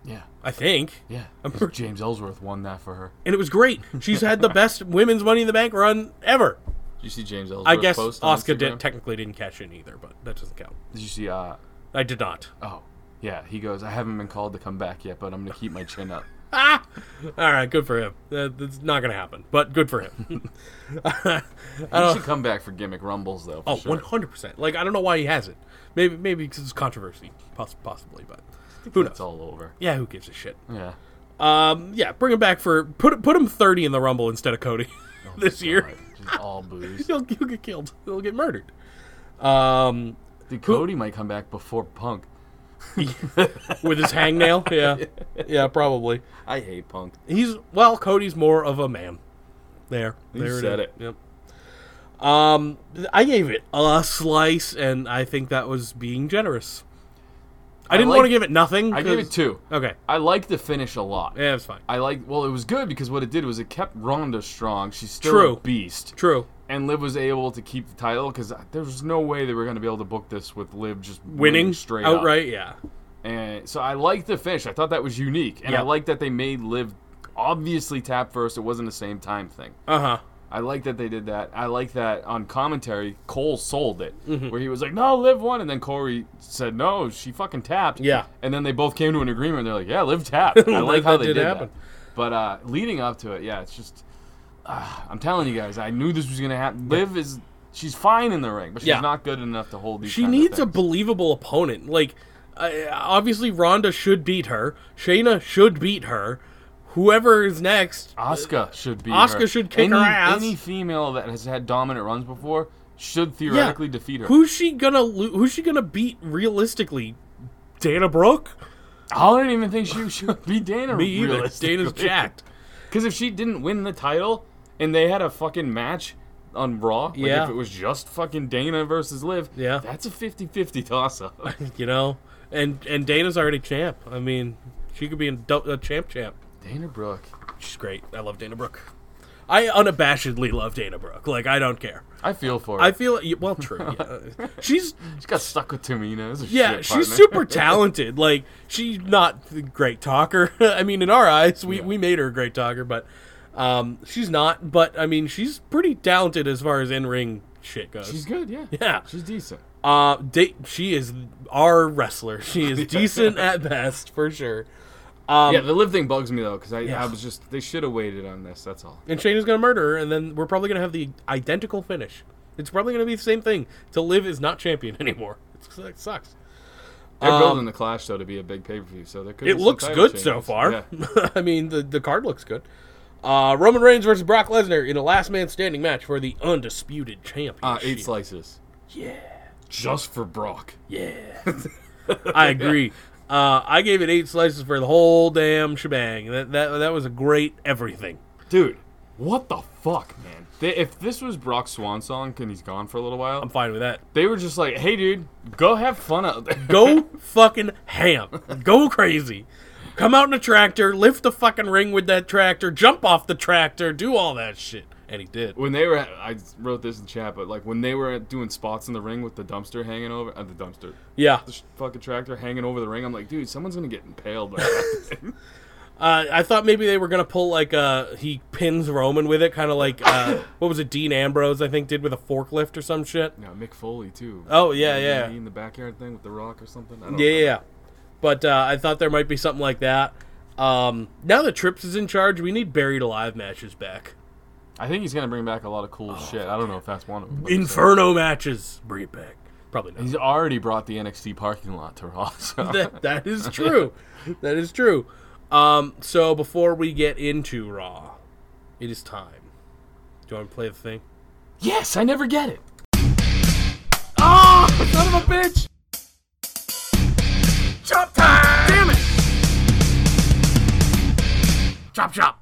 Yeah,
i think
yeah.
I'm
Because
pretty-
James Ellsworth won that for her.
and it was great she's had the best women's money in the bank run ever
Did you see James Ellsworth?
i guess
post on
oscar
Instagram?
did, technically didn't cash in either but that doesn't count
Did you see? Uh,
i did not
oh, yeah. He goes, I haven't been called to come back yet, but I'm gonna keep my chin up.
Ah! All right, good for him. That, that's not going to happen, but good for him.
He should come back for gimmick rumbles though. For
Oh,
sure.
100%. Like, I don't know why he hasn't. Maybe maybe because it's controversy, poss- possibly, but who knows?
It's all over.
Yeah, who gives a shit?
Yeah.
Um, yeah, bring him back for. Put, put him 30 in the Rumble instead of Cody this year.
Oh, Right, Just all booze.
He'll, he'll get killed, he'll get murdered. Um,
Dude, Cody might come back before Punk.
with his hangnail? Yeah. Yeah, probably.
I hate Punk.
He's well, Cody's more of a man. There,
You
there
said
is.
it.
Yep. Um, I gave it a slice, and I think that was being generous. I,
I
didn't
like-
want to give it nothing.
I gave
'cause-
it two.
Okay,
I like the finish a lot.
yeah, it's fine.
I like well, it was good because what it did was it kept Ronda strong. She's still
True.
a beast,
True.
and Liv was able to keep the title because there was no way they were going to be able to book this with Liv just
Winning
straight up.
outright, yeah.
And so I like the finish. I thought that was unique, and
Yeah.
I like that they made Liv obviously tap first. It wasn't the same time thing.
Uh huh.
I like that they did that. I like that on commentary, Cole sold it,
Mm-hmm.
where he was like, "No, Liv won," and then Corey said, "No, she fucking tapped."
Yeah.
and then they both came to an agreement. They're like, "Yeah, Liv tapped." I like
Like
how
that
they
did
did,
happen.
that. But uh, leading up to it, yeah, it's just, ah, I'm telling you guys, I knew this was gonna happen. Liv is, she's fine in the ring, but she's
Yeah.
not good enough to hold these.
She
kind of
needs a
things.
believable opponent. Like, uh, obviously, Ronda should beat her. Shayna should beat her. Whoever is next,
Asuka should be.
Asuka
her.
should kick her
any,
ass.
Any female that has had dominant runs before should theoretically defeat her.
who's she gonna lo- who's she gonna beat realistically? Dana Brooke?
I don't even think she should be Dana.
Me either.
realistically.
Dana's jacked.
Because if she didn't win the title and they had a fucking match on Raw, like
Yeah.
if it was just fucking Dana versus Liv,
Yeah.
that's a 50 50 toss up.
You know, and and Dana's already champ. I mean, she could be a, dou- a champ champ.
Dana Brooke.
She's great. I love Dana Brooke. I unabashedly love Dana Brooke. Like I don't care.
I feel for her.
I feel well, true. yeah. She's
she got stuck with Tamina. It's a
yeah,
shit
she's
partner.
super talented. Like she's not a great talker. I mean, in our eyes, we,
Yeah.
we made her a great talker, but um, she's not. But I mean, she's pretty talented as far as in ring shit goes.
She's good, yeah.
Yeah.
She's decent.
Uh, da- she is our wrestler. She is decent at best for sure. Um,
yeah, the Liv thing bugs me though, because I,
Yeah.
I was just, they should have waited on this, that's all.
and Shane is gonna murder her, and then we're probably gonna have the identical finish. It's probably gonna be the same thing. To live is not champion anymore. It's, it sucks.
They're
Um,
building the Clash though to be a big pay per view, so there could
It
be some
looks
title
good so
changes.
far.
Yeah.
I mean, the, the card looks good. Uh, Roman Reigns versus Brock Lesnar in a last man standing match for the undisputed championship.
Uh, eight slices. Yeah. Just for Brock.
I agree. Uh, I gave it eight slices for the whole damn shebang. That that that was a great everything.
Dude, what the fuck, man? They, if this was Brock Swan song and he's gone for a little while,
I'm fine with that.
they were just like, "Hey, dude, go have fun out there."
Go fucking ham. Go crazy. Come out in a tractor, lift the fucking ring with that tractor, jump off the tractor, do all that shit. And he did.
When they were, I wrote this in chat, but like when they were doing spots in the ring with the dumpster hanging over, uh, the dumpster,
Yeah.
the sh- fucking tractor hanging over the ring, I'm like, dude, someone's gonna get impaled. By that.
Uh, I thought maybe they were gonna pull like uh he pins Roman with it, kind of like uh, what was it Dean Ambrose I think did with a forklift or some shit.
no, Mick Foley too.
Oh, yeah, yeah.
He in the backyard thing with the rock or something. I don't
Yeah,
know.
yeah. yeah. But uh, I thought there might be something like that. Um, now that Trips is in charge, we need buried alive matches back.
I think he's gonna bring back a lot of cool shit. I don't know if that's one of them. but-
Inferno matches, bring it back. Probably not.
He's already brought the NXT parking lot to Raw. So.
that, that is true. That is true. Um, so before we get into Raw, it is time. Do you want to play the thing?
Yes, I never get it. Ah, son of a bitch!
Chop time! Damn it! Chop chop.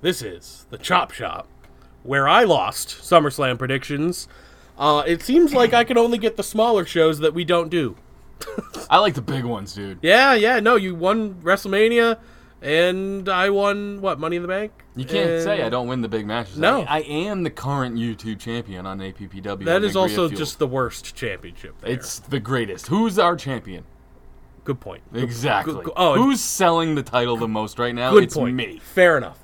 This is the Chop Shop, where I lost SummerSlam predictions. Uh, it seems like I can only get the smaller shows that we don't do.
I like the big ones, dude.
Yeah, yeah, no, you won WrestleMania, and I won what Money in the Bank.
You can't
And
say I don't win the big matches.
No.
I, I am the current YouTube champion on APPW.
That
and
is
Agria
also
Fuel.
just the worst championship. there.
It's the greatest. Who's our champion?
good point.
Exactly.
good- oh,
Who's selling the title the most right now?
Good
it's
point.
me.
Fair enough.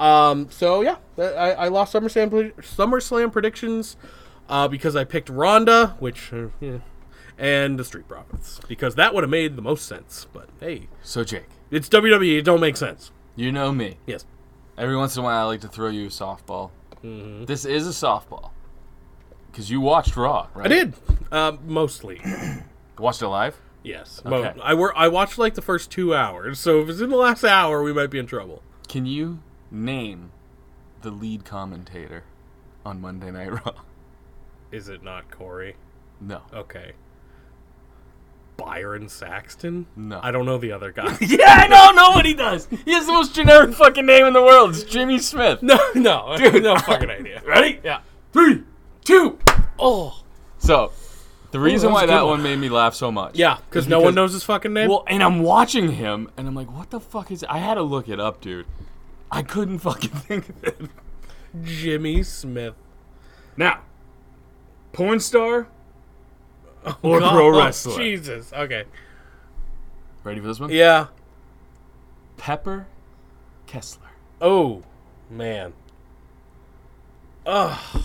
Um, so yeah, that- I, I lost SummerSlam pre- SummerSlam predictions uh, because I picked Ronda, which uh, yeah, and the Street Profits because that would have made the most sense. But hey,
So Jake,
it's WWE; it don't make sense.
you know me.
Yes.
Every once in a while, I like to throw you a softball.
Mm-hmm.
This is a softball. Because you watched Raw, right?
I did uh, mostly.
Watched it live?
Yes, Mo-
Okay.
I were I watched like the first two hours. So if it's in the last hour, we might be in trouble.
Can you name the lead commentator on Monday Night Raw?
Is it not Corey?
No.
Okay. Byron Saxton?
No.
I don't know the other guy.
Yeah, I know. Nobody does. He has the most generic fucking name in the world. It's Jimmy Smith.
no, no, no fucking idea.
Ready?
Yeah.
Three, two.
Oh,
So, the reason
that was
why
a good
that
one.
one made me laugh so much.
yeah, because no one knows his fucking name.
Well, and I'm watching him, and I'm like, what the fuck is? I had to look it up, dude. I couldn't fucking think of it.
Jimmy Smith.
Now, porn star or
God,
pro wrestler?
Jesus. Okay.
Ready for this one?
Yeah.
Pepper Kessler.
Oh, man. Ugh.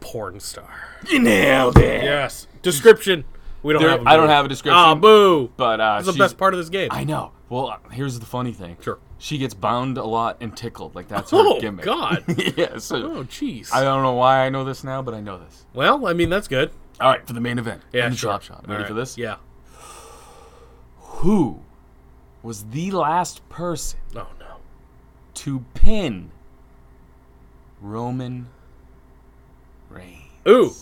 Porn star.
You nailed it.
Yes. Description. We don't
There-
have. a
I don't
movie.
have a description.
Ah, boo.
But uh,
That's the
she's-
best part of this game.
I know. Well, uh, here's the funny thing.
Sure.
She gets bound a lot and tickled. Like that's her
oh
gimmick.
God.
yeah. So
Oh, jeez.
I don't know why I know this now, but I know this.
Well, I mean that's good.
All right, for the main event.
Yeah,
and the
sure.
drop shot. Ready
All
for
right.
this?
Yeah.
Who was the last person
Oh no.
to pin Roman Reigns?
Ooh.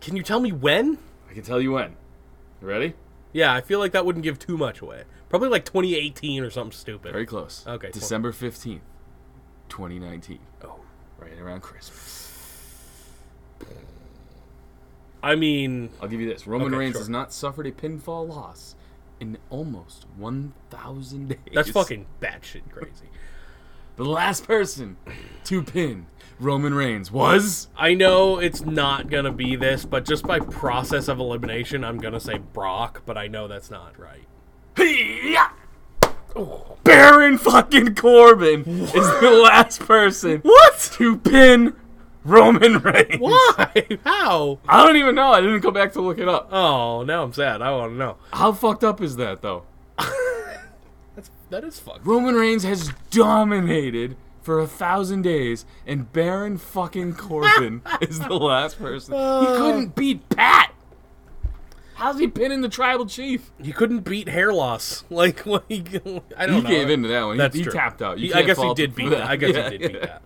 Can you tell me when?
I can tell you when. You ready?
Yeah, I feel like that wouldn't give too much away. Probably like 2018 or something stupid.
Very close.
Okay, cool.
December fifteenth, twenty nineteen.
Oh.
Right around Christmas.
I mean,
I'll give you this. Roman
Okay,
Reigns
sure.
has not suffered a pinfall loss in almost one thousand days.
that's fucking batshit crazy.
the last person to pin Roman Reigns was
I know it's not gonna be this, but just by process of elimination, I'm gonna say Brock, but I know that's not right.
Hey-ya! Baron fucking Corbin is the last person
What?
to pin Roman Reigns.
Why? How?
I don't even know. I didn't go back to look it up.
Oh, now I'm sad. I want to know.
How fucked up is that though?
That's that is fucked.
Roman Reigns has dominated for a thousand days, and Baron fucking Corbin is the last person. He couldn't beat Pat. How's he pinning the tribal chief?
He couldn't beat hair loss. Like, what he, I don't
He
know.
gave in to that one. He-
That's
he,
true.
tapped out. You
He- I
can't
guess he
fault him
did
for
beat that. I guess he
Yeah.
did beat that.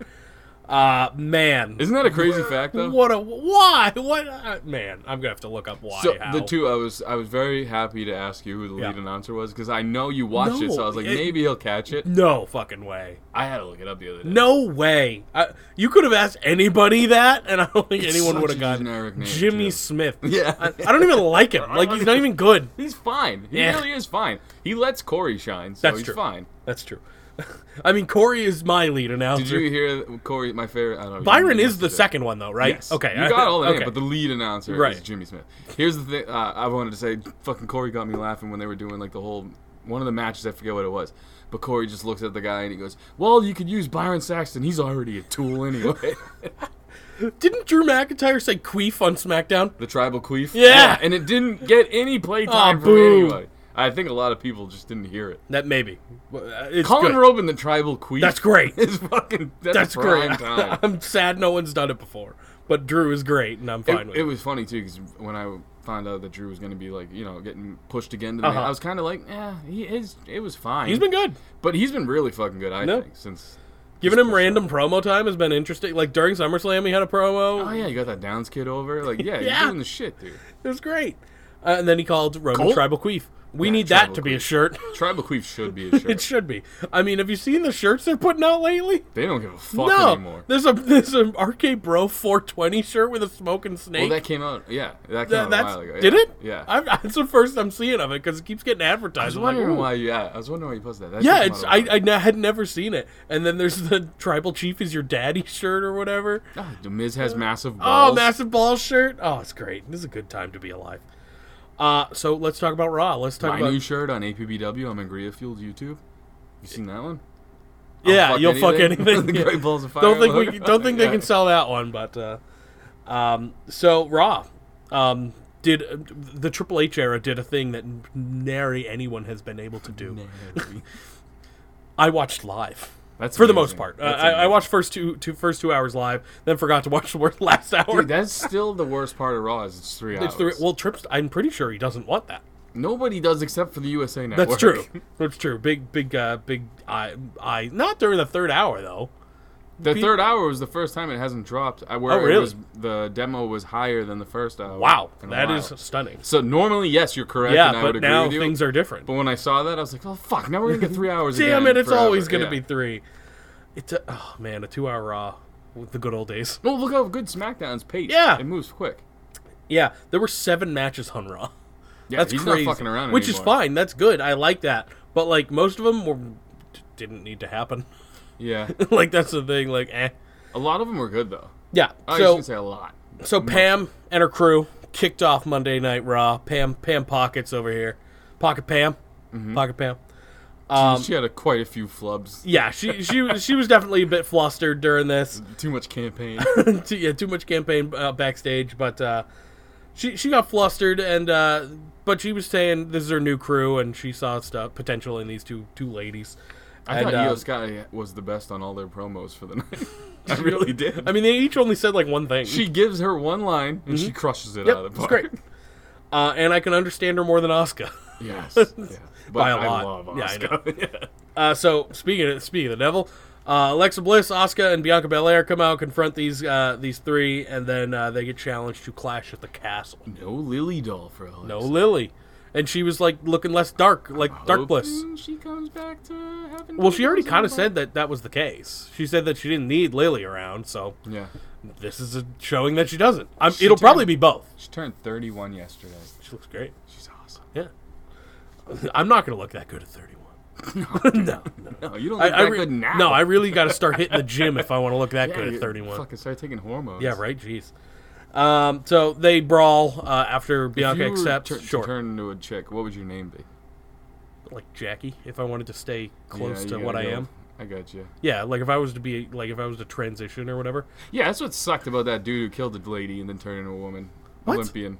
Uh, man.
Isn't that a crazy fact though?
What a why? What uh, man? I'm gonna have to look up why.
So
how.
the two, I was I was very happy to ask you who the
Yeah.
lead announcer was because I know you watched it, so I was like
No, it-
maybe he'll catch it.
No fucking way.
I had to look it up the other day.
No way. I, you could have asked anybody that, and I don't think
It's
anyone
such
would
a
have gotten
generic name,
Jimmy
too.
Smith.
Yeah.
I, I don't even like him. Like he's not even good.
he's fine. He
Yeah.
really is fine. He lets Corey shine, so
That's
he's
true.
fine.
That's true. I mean, Corey is my lead announcer.
Did you hear that Corey? My favorite. I don't know.
Byron
you
is the
missed it.
second one though, right?
Yes.
Okay.
You got all the
okay.
name, but the lead announcer is
Right.
Jimmy Smith. Here's the thing. Uh, I wanted to say, fucking Corey got me laughing when they were doing like the whole one of the matches. I forget what it was, but Corey just looks at the guy and he goes, "Well, you could use Byron Saxton. He's already a tool anyway."
Didn't Drew McIntyre say queef on SmackDown?
The tribal queef.
Yeah.
and it didn't get any playtime
Aw,
from
boo.
anybody. I think a lot of people just didn't hear it.
That maybe. uh, It's
Colin
good.
Robin, the tribal queef.
That's great.
Is fucking. That's,
That's
prime
great.
Time.
I'm sad no one's done it before, but Drew is great, and I'm fine
it,
with
it
it.
was funny too because when I found out that Drew was going to be like you know getting pushed again to the main,
Uh-huh.
I was kind of like, yeah, he is. It was fine.
He's been good.
but he's been really fucking good. I
No.
think since.
Giving him random promo time has been interesting. Like during SummerSlam, he had a promo.
Oh yeah, you got that Downs kid over. Like yeah,
Yeah.
you're doing the shit, dude.
It was great. Uh, and then he called Roman
Colt?
Tribal Queef. We
Yeah,
need that
Tribal
to be a
Queef.
shirt.
Tribal queef should be a
it
shirt.
should be. I mean, have you seen the shirts they're putting out lately?
they don't give a fuck
no.
anymore.
There's a there's an RK Bro 420 shirt with a smoking snake.
Well, that came out. Yeah, that came
Th-
out a
that's
while ago. yeah.
did it?
Yeah.
I'm, that's the first I'm seeing of it because it keeps getting advertised.
I was
I'm like,
wondering
"Ooh."
why. Yeah, I was wondering why you posted that. that
Yeah,
shit's
it's
not a
I,
lot.
I ne- had never seen it. And then there's the tribal chief is your daddy shirt or whatever.
Ah, the Miz has massive balls.
Oh, massive ball shirt. Oh, it's great. This is a good time to be alive. Uh, so let's talk about Raw. Let's talk
My
about
new shirt on APBW. I'm in Gria Fueled YouTube. You seen that one?
yeah.
fuck
you'll fuck
anything.
anything.
The
Yeah.
Great Balls of Fire
Don't think we
logo.
don't think they
Yeah.
can sell that one. But uh, um, so Raw um, did the Triple H era did a thing that nary anyone has been able to do. I watched live.
That's
for the
amazing.
most part. Uh,
That's
I, I
amazing.
watched first two, two first two hours live, then forgot to watch the worst last hour.
Dude, that's still the worst part of Raw. Is it's three hours.
it's the, well, Trips. I'm pretty sure he doesn't want that.
Nobody does except for the USA Network.
That's true. That's true. Big, big, uh, big. I, I. Not during the third hour though.
The
Pe-
third hour was the first time it hasn't dropped. I where
Oh,
it
really?
was, the demo was higher than the first hour.
Wow,
in a
that
while.
is stunning.
So normally, yes, you're correct.
Yeah,
and I would
but
agree
now
with you.
things are different.
But when I saw that, I was like, "Oh fuck! Now we're gonna get three hours."
Damn
again
it! It's
forever.
always going to
Yeah.
be three. It's a oh man, a two hour raw with the good old days.
Well, look how good SmackDown's paced.
Yeah.
it moves quick.
Yeah, there were seven matches on Raw.
Yeah,
That's
he's
crazy.
not fucking around
which is
anymore.
fine. That's good. I like that. But like most of them were didn't need to happen.
Yeah,
like that's the thing. Like eh.
a lot of them were good though.
Yeah.
I
so
should say a lot.
So Pam and her crew kicked off Monday Night Raw. Pam Pam Pockets over here. Pocket Pam.
Mm-hmm.
Pocket Pam. um,
she had a, quite a few flubs.
Yeah, she she was- she was definitely a bit flustered during this.
Too much campaign.
too, yeah, too much campaign uh, backstage, but uh, she she got flustered and uh, but she was saying this is her new crew and she saw stuff potential in these two two ladies.
I
And,
thought
uh,
Io Sky was the best on all their promos for the night. um, I really did.
I mean, they each only said like one thing.
she gives her one line and she crushes it
yep,
out of the
it's
park.
great. Uh, and I can understand her more than Oscar.
Yes. yes. But
By a
I
lot.
love
Yeah, I
Asuka.
Uh, so speaking of, speaking of the devil, uh, Alexa Bliss, Asuka, and Bianca Belair come out confront these uh, these three, and then uh, they get challenged to clash at the castle.
No Lily doll for Alexa.
No Lily, and she was like looking less dark, like Dark Bliss.
Hoping She comes back to heaven.
Well, she already kind of said that that was the case. She said that she didn't need Lily around, so
Yeah.
this is a showing that she doesn't. I'm,
She
it'll
turned-
probably be both.
She turned 31 yesterday.
She looks great.
She's awesome.
Yeah, I'm not gonna look that good at 31. no, no.
No, you don't
I,
look
I
that
re-
good now.
No, I really got to start hitting the gym if I want to look that
Yeah,
good
you
at 31.
Fucking start taking hormones.
Yeah, right. Jeez. Um, so they brawl uh, after
If
Bianca
you were
accepts.
tur- to
sure,
turn into a chick, what would your name be?
like Jackie, if I wanted to stay
Yeah,
close
you
to
gotta
what I
go-
am.
I got you.
Yeah, like if I was to be like if I was to transition or whatever.
Yeah, that's what sucked about that dude who killed a lady and then turned into a woman.
What?
Olympian.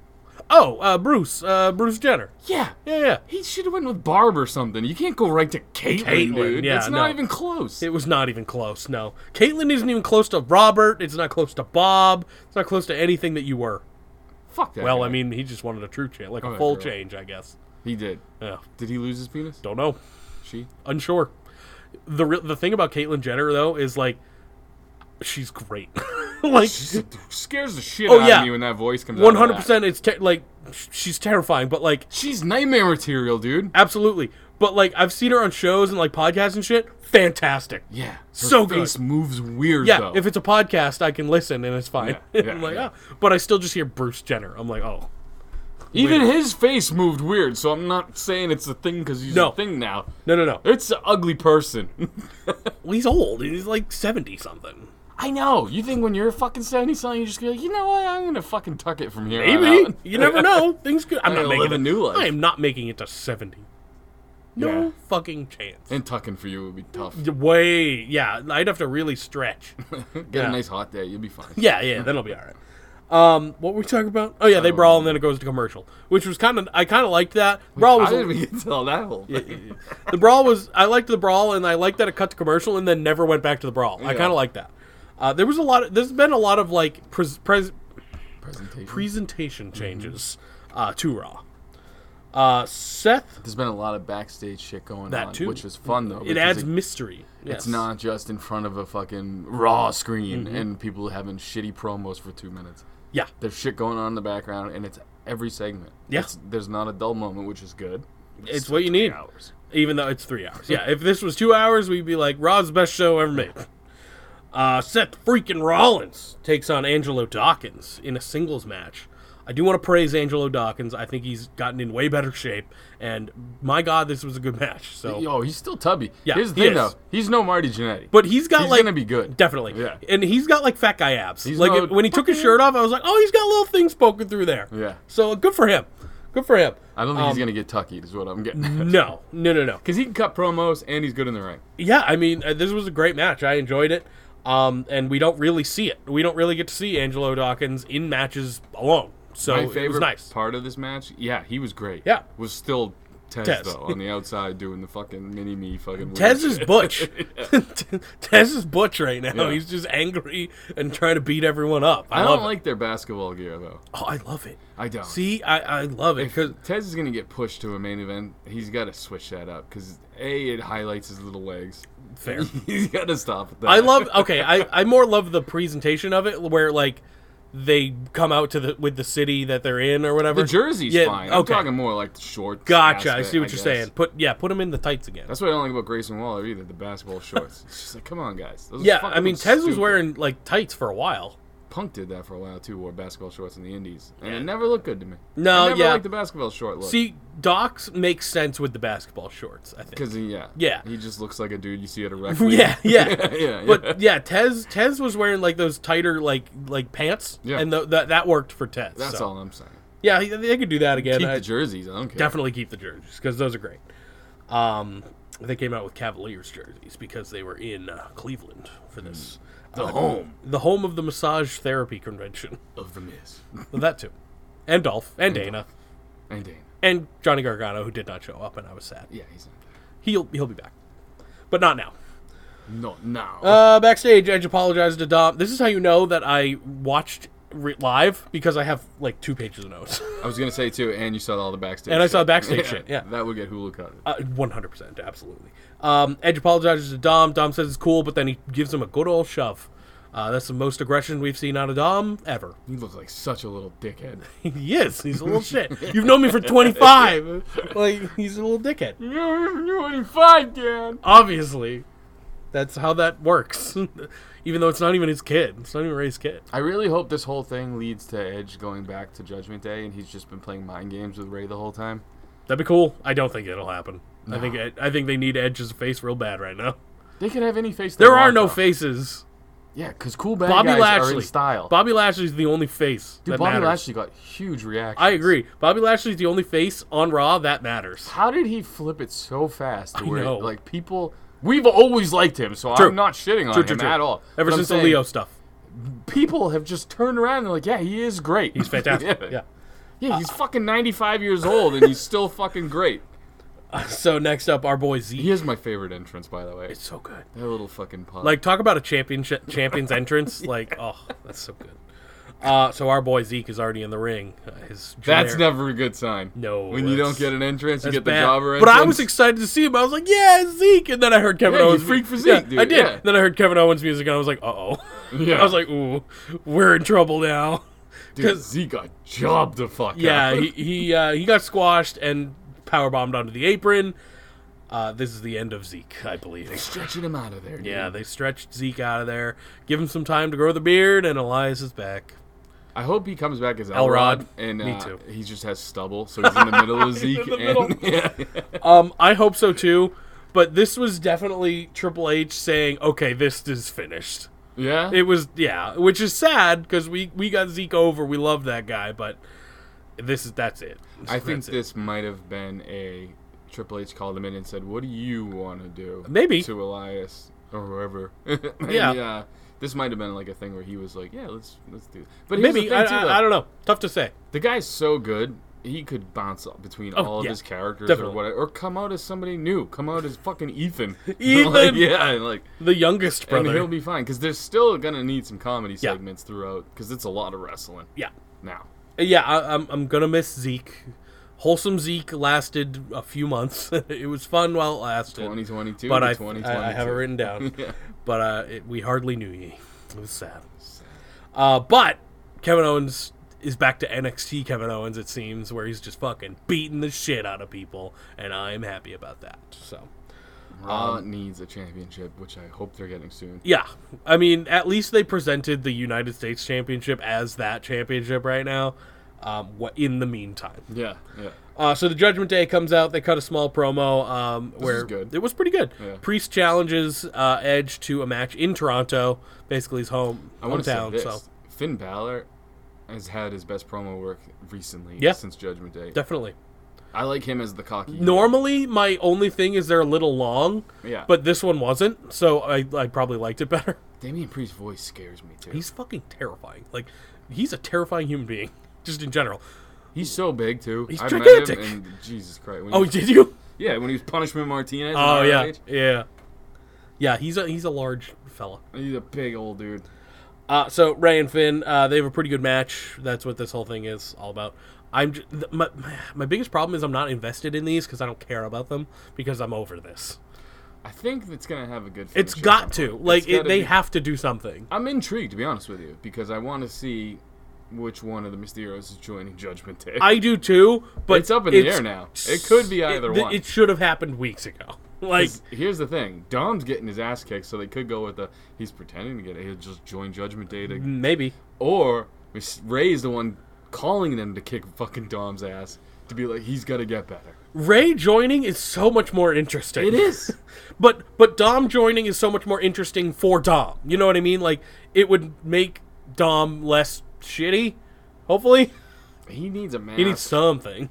Oh, uh, Bruce, uh, Bruce Jenner.
Yeah.
Yeah, yeah.
He should have went with Barb or something. You can't go right to Caitlyn,
Caitlyn,
dude.
yeah,
it's not
no.
even close.
It was not even close. No, Caitlyn isn't even close to Robert. It's not close to Bob. It's not close to anything that you were.
Fuck that.
Well,
guy.
I mean, he just wanted a true change, like a
Oh,
full
girl.
change, I guess.
he did.
Yeah,
Did he lose his penis?
don't know.
She?
unsure. The re- the thing about Caitlyn Jenner though is like she's great. like
She scares the shit
Oh,
out
yeah.
of me when that voice comes out. of that.
100% it's te- like sh- she's terrifying, but like
She's nightmare material, dude.
absolutely. But like I've seen her on shows and like podcasts and shit. Fantastic.
Yeah. Her
So good.
face moves weird
Yeah,
though.
if it's a podcast, I can listen and it's fine.
Yeah, yeah,
I'm like,
yeah.
"Oh." but I still just hear Bruce Jenner. I'm like, oh,
Even his face moved weird, so I'm not saying it's a thing because he's
No.
a thing now.
no, no, no.
It's an ugly person.
Well, he's old. He's like seventy something.
I know. You think when you're fucking 70 something, you just be like, you know what? I'm going to fucking tuck it from here. on
Maybe
out."
you never know. Things could. I'm
I
not
gotta
making
live
it.
a new life.
I am not making it to seventy. No
Yeah.
fucking chance.
And tucking for you would be tough.
Way, yeah. I'd have to really stretch.
Get
yeah.
a nice hot day. You'll be fine.
yeah, yeah. That'll be all right. Um, what were we talking about? Oh yeah, they brawl and then it goes to commercial, which was kind of I kind of liked that. brawl was
How did we get to all that whole thing?
the brawl was I liked the brawl and I liked that it cut to commercial and then never went back to the brawl. I
Yeah.
kind of like that. Uh, there was a lot. Of, there's been a lot of like pres, pres,
Presentation.
presentation
Mm-hmm.
changes uh, to Raw. Uh, Seth,
There's been a lot of backstage shit going
That
on,
too.
which is fun though.
it
Oh, because
adds mystery.
It's not just in front of a fucking raw screen
Mm-hmm.
and people having shitty promos for two minutes.
Yeah,
There's shit going on in the background, and it's every segment.
Yeah.
It's, there's not a dull moment, which is good.
it's what you need.
Hours.
even though it's three hours. Yeah, if this was two hours, we'd be like Raw's best show ever made. Uh, Seth freaking Rollins takes on Angelo Dawkins in a singles match. I do want to praise Angelo Dawkins. I think he's gotten in way better shape, and my God, this was a good match. So,
Yo, he's still tubby.
Yeah,
Here's the
he
thing
is.
though. He's no Marty Jannetty.
but he's got
he's
like
gonna be good.
definitely,
Yeah.
And he's got like fat guy abs.
He's
like
no
it- when he took his shirt off, I was like, oh, he's got little things poking through there.
Yeah.
So good for him. Good for him.
I don't think he's gonna get tuckied. Is what I'm getting.
No, no, no, no.
Because Um, he can cut promos and he's good in the ring.
yeah, I mean, uh, this was a great match. I enjoyed it. Um, and we don't really see it. We don't really get to see Angelo Dawkins in matches alone. So
My
it was
favorite
nice.
part of this match, yeah, he was great.
Yeah.
was still Tez,
Tez.
though on the outside doing the fucking mini me fucking. weird
Tez is
shit.
Butch. Tez is Butch right now.
Yeah.
He's just angry and trying to beat everyone up. I,
I don't
love it.
like their basketball gear though.
Oh, I love it.
I don't.
See, I, I love it because
Tez is gonna get pushed to a main event. He's got to switch that up because a it highlights his little legs.
fair.
He's got to stop with that.
I love. Okay, I I more love the presentation of it where like they come out to the with the city that they're in or whatever.
The jersey's
yeah,
fine.
Okay.
I'm talking more like the shorts.
gotcha. I
aspect,
see what you're
guess.
saying. Put yeah, put them in the tights again.
That's what I don't like about Grayson Waller either. The basketball shorts. it's just like, come on, guys. Those
yeah,
fucking
I mean
look
Tez was
stupid.
wearing like tights for a while.
Punk did that for a while too. Wore basketball shorts in the Indies, and it never looked good to me.
No,
I never
yeah.
liked the basketball short look.
See, Docs makes sense with the basketball shorts. I think.
because yeah,
Yeah.
he just looks like a dude you see at a rec. league.
yeah, yeah.
yeah, yeah.
But yeah, Tez Tez was wearing like those tighter like like pants,
Yeah.
and th- that that worked for Tez.
That's
so.
all I'm saying.
Yeah, he- they could do that again.
Keep
I
the jerseys. I don't care.
definitely keep the jerseys because those are great. Um, they came out with Cavaliers jerseys because they were in uh, Cleveland for
Mm.
this,
The
Um,
home
the home of the massage therapy convention.
of the Miz
Well, that too, and Dolph and Dana
and Dana.
and Johnny Gargano who did not show up, and I was sad.
Yeah, he's not
He'll he'll be back, but not now.
there. Not now.
Uh, backstage, Edge apologized to Dom. This is how you know that I watched re- live because I have like two pages of notes.
I was gonna say too, and you saw all the backstage.
And I
shit.
saw backstage shit, yeah.
that would get Hulu cut.
Uh, One hundred percent, absolutely. Um, Edge apologizes to Dom. Dom says it's cool, but then he gives him a good old shove. Uh, that's the most aggression we've seen out of Dom ever.
He looks like such a little dickhead.
he is. He's a little shit. You've known me for twenty five. Like he's a little dickhead.
You're only five, Dan.
Obviously, that's how that works. even though it's not even his kid. It's not even Ray's kid.
I really hope this whole thing leads to Edge going back to Judgment Day, and he's just been playing mind games with Ray the whole time.
That'd be cool. I don't think it'll happen. I think Ed- I think they need Edge as a face real bad right now.
They could have any face. they
There are
want,
no
though.
faces.
Yeah, because cool bad
Bobby
guys
Lashley
are in style.
Bobby Lashley's the only face
Dude,
that
Bobby
matters.
Lashley got huge reactions.
I agree. Bobby Lashley's the only face on Raw that matters.
How did he flip it so fast? To
I
where
know.
like people, we've always liked him, so
True.
I'm not shitting on
True,
him
true, true.
at all.
Ever
But I'm
since
saying
the Leo stuff,
people have just turned around and they're like, yeah, he is great.
he's fantastic. yeah. Uh,
Yeah, he's fucking 95 years old and he's still fucking great.
So next up, our boy Z.
He is my favorite entrance, by the way.
It's so good.
That little fucking pop.
Like talk about a championship champions entrance. Like oh, that's so good. Uh, so our boy Zeke is already in the ring. Uh, his
that's
generic-
never a good sign.
No,
When you don't
that's-
get an entrance, you
That's
get the
bad.
jobber entrance.
But I was excited to see him. I was like, yeah, Zeke. And then I heard Kevin
Yeah, you
Owens.
freak for
Yeah,
Zeke, dude.
I did.
Yeah.
Then I heard Kevin Owens' music and I was like, uh oh.
Yeah.
I was like, ooh, we're in trouble now.
Dude,
'Cause-
Zeke got jobbed the fuck
yeah,
out.
he he, uh, he got squashed and powerbombed onto the apron. Uh, this is the end of Zeke, I believe.
Stretching him out of there. dude.
Yeah, they stretched Zeke out of there, give him some time to grow the beard, and Elias is back.
I hope he comes back as
Elrod.
Elrod. And, uh,
Me too.
He just has stubble, so he's in the middle of Zeke.
in the
And, yeah.
Um, I hope so too, but this was definitely Triple H saying, "Okay, this is finished."
yeah.
It was yeah, which is sad because we we got Zeke over. We love that guy, but this is that's it.
I think
That's it.
this might have been a Triple H called him in and said, "What do you want to do?"
Maybe.
to Elias or whoever. And,
Yeah.
uh, this might have been like a thing where he was like, "Yeah, let's let's do." This. But here's
maybe
the,
I,
thing, too,
I,
though.
I don't know. Tough to say.
the guy's so good. He could bounce up between all of
Oh, yeah.
his characters
Definitely.
or whatever, or come out as somebody new. Come out as fucking Ethan.
Ethan!
Like, yeah, and like,
The youngest
and
brother.
he'll be fine because they're still gonna need some comedy
Yeah.
segments throughout because it's a lot of wrestling
yeah,
now.
yeah. I, I'm I'm gonna miss Zeke. Wholesome Zeke lasted a few months. it was fun while it lasted.
2022,
but I, I, I
2022.
have it written down. But uh, it, we hardly knew ye. It was sad. Uh, but Kevin Owens is back to NXT Kevin Owens, it seems, where he's just fucking beating the shit out of people, and I'm happy about that. So,
Raw needs a championship, which I hope they're getting soon.
yeah. I mean, at least they presented the United States Championship as that championship right now. Um, what in the meantime?
Yeah, yeah.
Uh, so the Judgment Day comes out. They cut a small promo um, where
is good.
it was pretty good.
Yeah.
Priest challenges uh, Edge to a match in Toronto, basically his home
I want to say
hometown.
this:
So
Finn Balor has had his best promo work recently.
Yeah.
since Judgment Day.
definitely.
I like him as the cocky.
Normally, my only thing is they're a little long.
Yeah.
But this one wasn't, so I, I probably liked it better.
Damian Priest's voice scares me too. He's
He's fucking terrifying. Like, he's a terrifying human being, just in general.
he's so big too.
He's
I
gigantic.
Met him and Jesus Christ. When
Oh,
he,
did you?
yeah, when he was Punishment Martinez. in
Oh yeah,
ROH,
yeah, yeah. He's a he's a large fella.
he's a big old dude.
Uh, so Ray and Finn, uh, they have a pretty good match. That's what this whole thing is all about. I'm j- th- my, my biggest problem is I'm not invested in these because I don't care about them because I'm over this.
I think it's gonna have a good.
It's
finish at
got
some
to
point.
like
It's
it,
gotta
they
be-
have to do something.
I'm intrigued to be honest with you because I want to see which one of the Mysterios is joining Judgment Day.
I do too, but
It's up in the air now. It could be either
it,
one.
It should have happened weeks ago. Like
'Cause here's the thing: Dom's getting his ass kicked, so they could go with the he's pretending to get it. He'll just join Judgment Day, to,
maybe.
or Miss- Ray's the one calling them to kick fucking Dom's ass to be like he's got to get better.
Ray joining is so much more interesting.
It is.
But but Dom joining is so much more interesting for Dom. You know what I mean? Like it would make Dom less shitty, hopefully.
He needs a mask.
He needs something.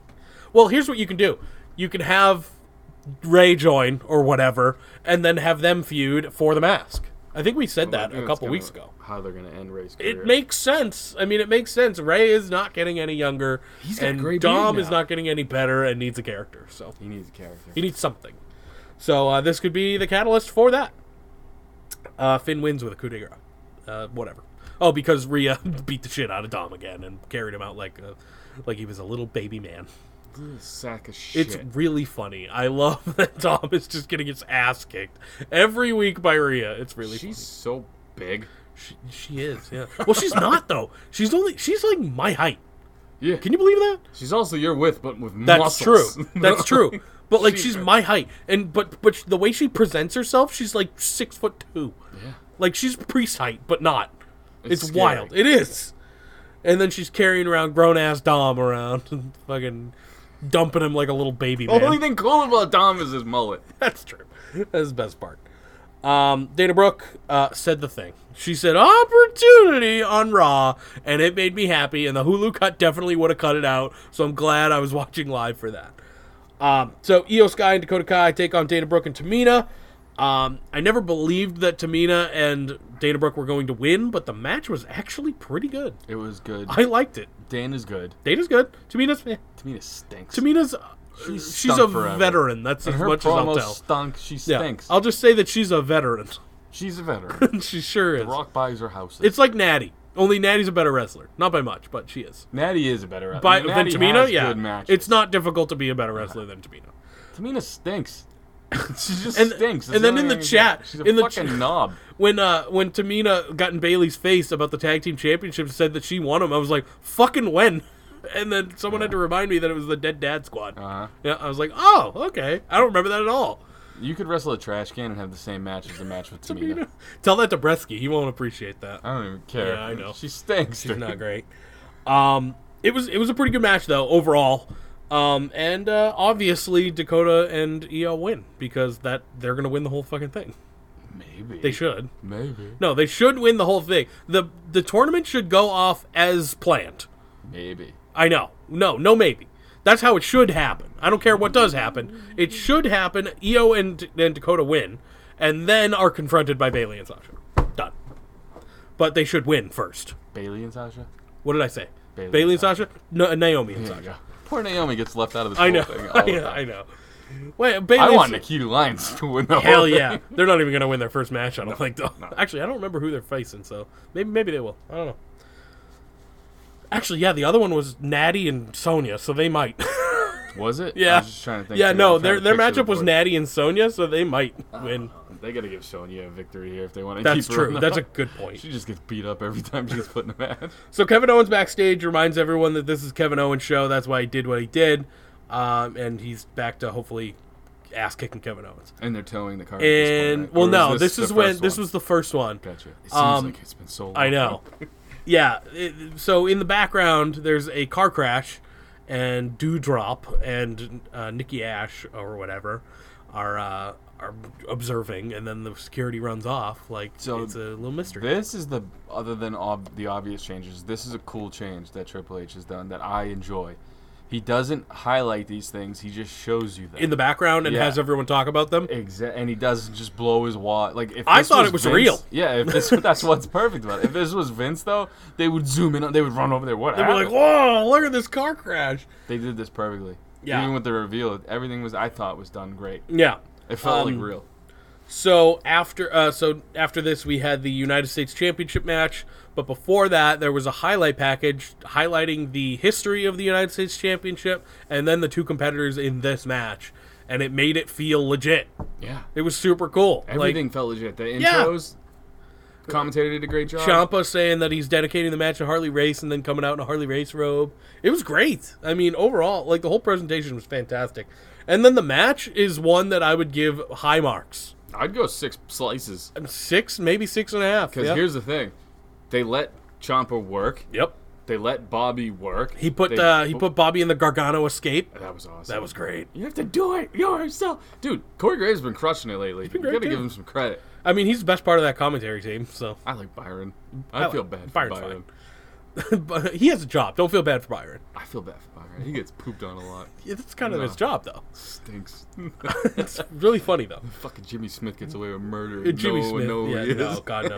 Well, here's what you can do. You can have Ray join or whatever, and then have them feud for the mask. I think we said
Well, Oh, I
that
think
a
that's
couple
kinda
weeks ago.
How they're gonna end Ray's career?
It makes sense. I mean, it makes sense. Ray is not getting any younger,
He's got a
and
gray beard
Dom is
now.
not getting any better, and needs a character. So
he needs a character.
he needs something. So uh, this could be the catalyst for that. Uh, Finn wins with a coup de grace. Uh, whatever. Oh, because Rhea beat the shit out of Dom again and carried him out like a, like he was a little baby man.
He's a sack of shit.
It's really funny. I love that Dom is just getting his ass kicked every week by Rhea. It's really
She's so big.
funny. She, she is, yeah. Well, she's not though. She's only she's like my height.
Yeah.
Can you believe that?
She's also your width, but with
That's
muscles.
true. That's true. But like
She-
she's my height, and but but the way she presents herself, she's like six foot two.
Yeah.
Like she's priest height, but not. It's,
It's scary.
wild. It is. And then she's carrying around grown ass Dom around, and fucking dumping him like a little baby. man.
Only thing cool about Dom is his mullet.
That's true. That's the best part. Um, Dana Brooke uh, said the thing. She said opportunity on Raw, and it made me happy. And the Hulu cut definitely would have cut it out, so I'm glad I was watching live for that. Um, so Io Sky and Dakota Kai take on Dana Brooke and Tamina. Um, I never believed that Tamina and Dana Brooke were going to win, but the match was actually pretty good.
It was good.
I liked it.
Dan is good.
Dana's good. Tamina's eh.
Tamina stinks.
Tamina's uh, she's,
She's
a
stunk forever.
veteran. That's as
her
much as
promo
I'll tell.
stunk. She
Yeah,
stinks.
I'll just say that she's a veteran.
She's a veteran.
she sure is.
Rock buys her houses.
It's like Natty. Only Natty's a better wrestler. Not by much, but she is.
Natty is a better wrestler.
By
Natty
than Tamina,
has
yeah.
good matches.
It's not difficult to be a better wrestler than Tamina.
Tamina stinks. she just
And-
stinks.
and
That's the
then
only
in
thing
the
I can
chat-
say. she's a
in the
fucking
ch-
knob.
When uh when Tamina got in Bailey's face about the tag team championship said that she won them, I was like, fucking when? And then someone had to remind me that it was the Dead Dad Squad.
Uh-huh.
Yeah, I was like, oh, okay. I don't remember that at all.
You could wrestle a trash can and have the same match as the match with Tamina. Uh,
Tell that to Bresky. He won't appreciate that.
I don't even care.
Yeah, I know.
She stinks.
She's
dude.
not great. Um, it was it was a pretty good match though overall. Um, and uh, obviously Dakota and EO win because that they're gonna win the whole fucking thing.
Maybe.
They should.
Maybe.
No, they should win the whole thing. the The tournament should go off as planned.
Maybe.
I know. No, no, maybe. That's how it should happen. I don't care what does happen. It should happen. EO and, and Dakota win, and then are confronted by Bailey and Sasha. Done. But they should win first.
Bailey and Sasha.
What did I say? Bailey,
Bailey
and
and
Sasha? No, uh, Naomi and
There you
Sasha.
go. Poor Naomi gets left out of this
I
whole
know.
thing. all
I
the
know.
time.
I know. Wait, Bailey.
I
and
want
Sa-
Nikita Lyons to win the whole
Hell
thing.
yeah! They're not even gonna win their first match. I don't think though. Actually, I don't remember who they're facing, so maybe maybe they will. I don't know. Actually, yeah, the other one was Natty and Sonya, so they might.
Was it?
Yeah.
I was just trying to think.
yeah,
too.
no,
I'm trying
their
to Uh,
their
picture
matchup was
what-
Natty and Sonya, so they might win.
They gotta give Sonya a victory here if they want to.
That's
keep her on the-
true. That's a good point.
She just gets beat up every time she gets put in a match.
So Kevin Owens backstage reminds everyone that this is Kevin Owens' show. That's why he did what he did, um, and he's back to hopefully ass kicking Kevin Owens.
And they're towing the car.
And
at this point, right?
well,
Or
no,
was
this,
the
is when
first
this
one?
was the first one.
Gotcha. It seems
Um,
like it's been so long.
I know. yeah. it- so in the background, there's a car crash, and Dewdrop and uh, Nikki Ash or whatever are uh, are observing, and then the security runs off. Like
So
it's a little mystery.
This is the other than ob- the obvious changes. This is a cool change that Triple H has done that I enjoy. He doesn't highlight these things. He just shows you them.
in the background, and
Yeah.
has everyone talk about them.
Exactly, and he doesn't just blow his wad. Like if
I
this
thought it was
Vince-
real.
Yeah, if this that's what's perfect about it. If this was Vince though, they would zoom in. on They would run over there. What?
They were like,
happened?"
"Whoa! Look at this car crash!"
They did this perfectly.
Yeah.
Even with the reveal, everything was I thought was done great.
Yeah.
It felt
Um,
like real.
So after uh, so after this, we had the United States Championship match. But before that, there was a highlight package highlighting the history of the United States Championship and then the two competitors in this match, and it made it feel legit.
Yeah.
It was super cool. Like,
Everything felt legit. The
Yeah.
intros. Commentator did a great job.
Champa saying that he's dedicating the match to Harley Race and then coming out in a Harley Race robe. It was great. I mean, overall, like the whole presentation was fantastic. And then the match is one that I would give high marks.
I'd go six slices.
Six, maybe six and a half.
Because
yeah.
here's the thing, they let Champa work.
Yep.
They let Bobby work.
He put
They- Oh,
uh, he put Bobby in the Gargano escape.
That was awesome.
That was great.
You have to do it yourself, dude. Corey Graves has been crushing it lately. You
great,
gotta
too.
give him some credit.
I mean, he's the best part of that commentary team. So
I like Byron. I,
like-
feel bad for
Byron's
Byron.
but he has a job. Don't feel bad for Byron.
I feel bad for Byron. He gets pooped on a lot.
Yeah, That's kind of
No.
his job, though.
Stinks.
It's really funny though.
Fucking Jimmy Smith gets away with murder.
Uh,
and
Jimmy
no
Smith.
One knows who
yeah,
he
no,
is.
God no.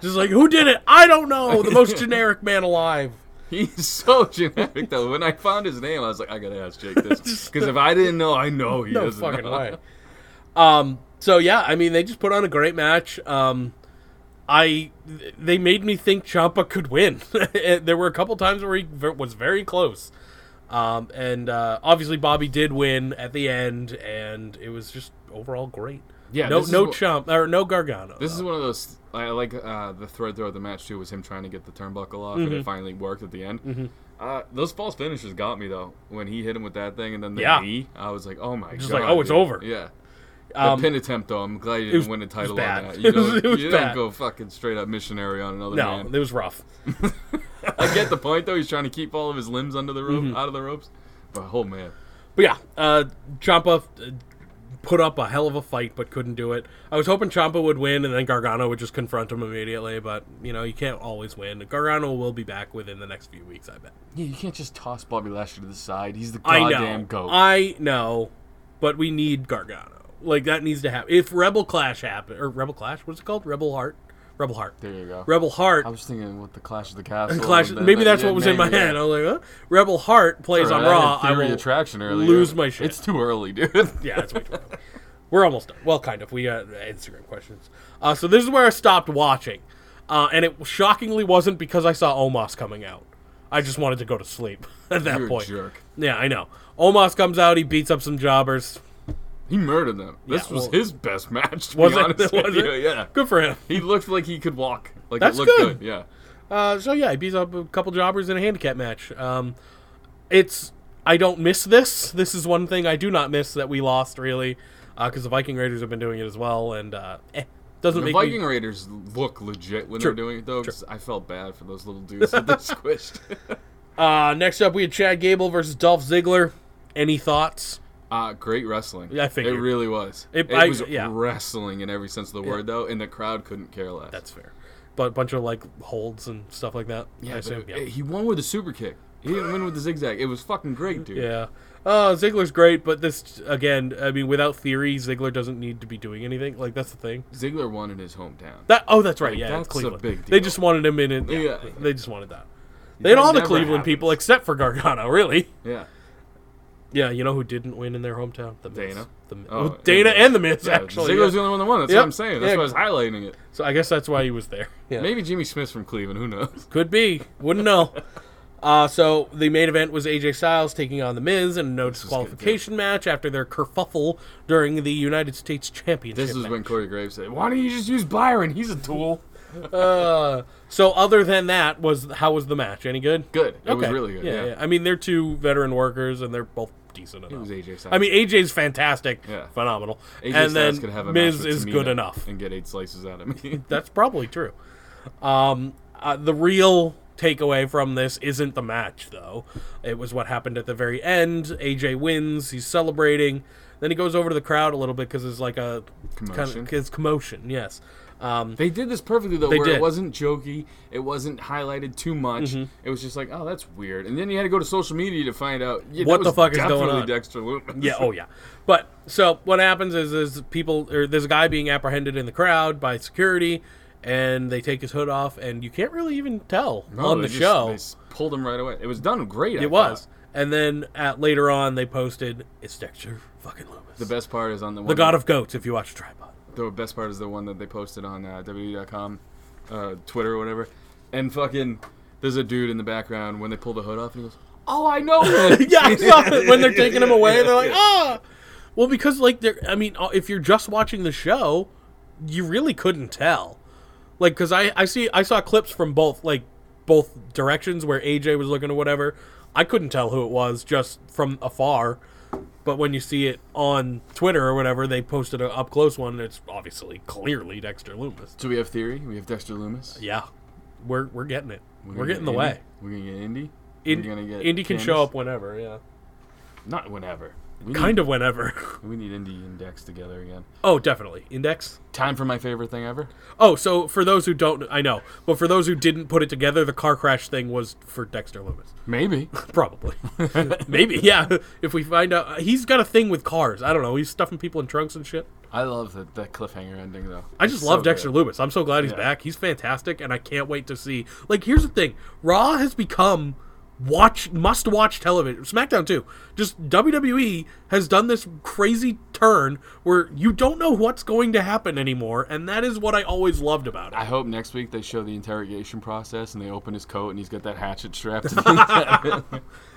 Just like who did it? I don't know. The most generic man alive.
He's so generic though. When I found his name, I was like, I gotta ask Jake this because if I didn't know, I know he
No
doesn't
fucking
know.
way. Um. So yeah, I mean, they just put on a great match. Um. I they made me think Champa could win. Eh, there were a couple times where he ver- was very close. Um, and uh, obviously Bobby did win at the end, and it was just overall great.
Yeah,
no,
this is
no
what-
Champ or no Gargano.
This is
though.
one of those. I like uh, the thread throughout the match too was him trying to get the turnbuckle off,
Mm-hmm.
and it finally worked at the end. Uh, those false finishes got me though. When he hit him with that thing, and then the
Yeah.
knee, I was like, "Oh my god!"
Just like, "Oh, it's over."
Yeah.
Um,
the pin attempt though. I'm glad you didn't
was-
win the
it was
title
bad.
on that. You,
It was-
don't,
it was
you
bad.
don't go fucking straight up missionary on another
no,
man.
it was rough.
I get the point though. He's trying to keep all of his limbs under the rope,
Mm-hmm.
out of the ropes. But oh man,
But yeah, uh, Champa put up a hell of a fight, but couldn't do it. I was hoping Champa would win, and then Gargano would just confront him immediately. But you know, you can't always win. Gargano will be back within the next few weeks, I bet.
yeah, you can't just toss Bobby Lashley to the side. He's the
I
goddamn
know,
goat.
I know, but we need Gargano. Like that needs to happen. If Rebel Clash happen or Rebel Clash, what's it called? Rebel Heart, Rebel Heart,
there you go.
Rebel Heart.
I was thinking with the Clash of the Castle.
Clash.
and then
Maybe
that-
that's
yeah,
what was in my
maybe, yeah.
head. I was like, huh? Rebel Heart plays on
All right,
Raw.
I,
I
had theory
will
attraction earlier.
lose my shit.
It's too early, dude.
yeah, that's way too early. We're almost done. Well, kind of. We uh, Instagram questions. Uh, so this is where I stopped watching, uh, and it shockingly wasn't because I saw Omos coming out. I just wanted to go to sleep at that
You're a
point.
jerk.
Yeah, I know. Omos comes out. He beats up some jobbers.
He murdered them. This
Yeah,
was
well-
his best match. To
Was
be
it?
honest with
Was
you,
it?
Yeah.
Good for him.
He looked like he could walk. Like
That's
it looked
good.
good. Yeah.
Uh, so yeah, he beats up a couple jobbers in a handicap match. Um, it's I don't miss this. This is one thing I do not miss that we lost really, because the Viking Raiders have been doing it as well, and uh, eh, doesn't
The
make
Viking
me.
Raiders look legit when
True.
they're doing it though. 'cause I felt bad for those little dudes that they squished.
Uh, next up, we had Chad Gable versus Dolph Ziggler. Any thoughts?
Uh, great wrestling.
Yeah, I figured.
It really was.
It-
It,
I-
was
yeah.
wrestling in every sense of the word though, and the crowd couldn't care less.
That's fair. But a bunch of like holds and stuff like that. I
yeah, but
assume.
it-
Yeah.
it- He won with a super kick. He didn't win with the zigzag. It was fucking great, dude.
yeah. Uh, Ziggler's great, but this again, I mean, without theory, Ziggler doesn't need to be doing anything. Like that's the thing.
Ziggler won in his hometown.
That oh, that's right. Yeah,
that's a
Cleveland.
big
They
deal.
just wanted him in. It. Yeah,
Yeah.
They just wanted that. They had all the
never
Cleveland
happens.
people except for Gargano, really.
yeah.
Yeah, you know who didn't win in their hometown? The Miz.
Dana.
The Miz.
Oh,
Well, Dana
yeah.
and the Miz
Yeah,
actually.
Ziggler's the
yeah.
only one that won. That's
Yep.
what I'm saying. That's
Yeah.
why I was highlighting it.
So I guess that's why he was there. Yeah.
Maybe Jimmy Smith's from Cleveland. Who knows?
Could be. Wouldn't know. Uh, so the main event was AJ Styles taking on The Miz in a no
was good,
disqualification match after their kerfuffle during the United States Championship.
This is
match.
when Corey Graves said, "Why don't you just use Byron? He's a tool."
Uh, so other than that, was how was the match? Any good?
Good. It was really good. Yeah.
I mean, they're two veteran workers, and they're both decent enough.
was AJ Styles.
I mean, AJ's fantastic,
Yeah.
phenomenal,
AJ
and
Styles
then
could have a match
Miz
with
is
Tamina
good enough.
and get eight slices out of me.
That's probably true. Um, uh, the real takeaway from this isn't the match, though. It was what happened at the very end. AJ wins. He's celebrating. Then he goes over to the crowd a little bit because there's like a
Commotion.
Kind of, it's commotion. Yes. Um,
they did this perfectly though,
They
where
did. Mm-hmm.
it wasn't jokey, it wasn't highlighted too much. It was just like, "Oh, that's weird," and then you had to go to social media to find out yeah,
What
that
the
was
fuck is going
definitely
on?
Dexter Lumis.
yeah. Oh yeah. But so what happens is is people or there's a guy being apprehended in the crowd by security. And they take his hood off, and you can't really even tell
No, they
on the
just-
show.
they s- pulled him right away. It was done great. I
It was.
thought.
And then at later on, they posted it's Dexter fucking Loomis,
The best part is on the one
the god of goats. If you watch Tripod,
the best part is the one that they posted on uh, WWE.com, uh, Twitter or whatever, and fucking there's a dude in the background when they pull the hood off and he goes, "Oh, I know him."
yeah, I saw it when they're taking him away. They're like, ah, well, because like they're. I mean, uh, if you're just watching the show, you really couldn't tell. Like, cause I I see I saw clips from both like both directions where AJ was looking or whatever. I couldn't tell who it was just from afar, but when you see it on Twitter or whatever, they posted a up close one. And it's obviously clearly Dexter Loomis.
So we have Theory. We have Dexter Loomis.
Yeah, we're we're getting it. We're,
gonna
getting in
get
the
Indy.
way.
We're gonna get Indy.
In,
We're gonna get
Indy can
Candace.
show up whenever. Yeah,
Not whenever. We
kind
need,
of whenever.
We need Indy and Dex together again.
oh, definitely index.
Time for my favorite thing ever.
Oh, so for those who don't, I know, but for those who didn't put it together, the car crash thing was for Dexter Loomis,
Maybe.
probably, maybe, yeah. If we find out, uh, he's got a thing with cars. I don't know. He's stuffing people in trunks and shit.
I love the, that cliffhanger ending though.
I just love Dexter Loomis. I'm so glad he's
Yeah.
back. He's fantastic, and I can't wait to see. Like, here's the thing: Raw has become watch must watch television. SmackDown too. Just WWE has done this crazy turn where you don't know what's going to happen anymore, and that is what I always loved about it.
I hope next week they show the interrogation process and they open his coat and he's got that hatchet strapped. to the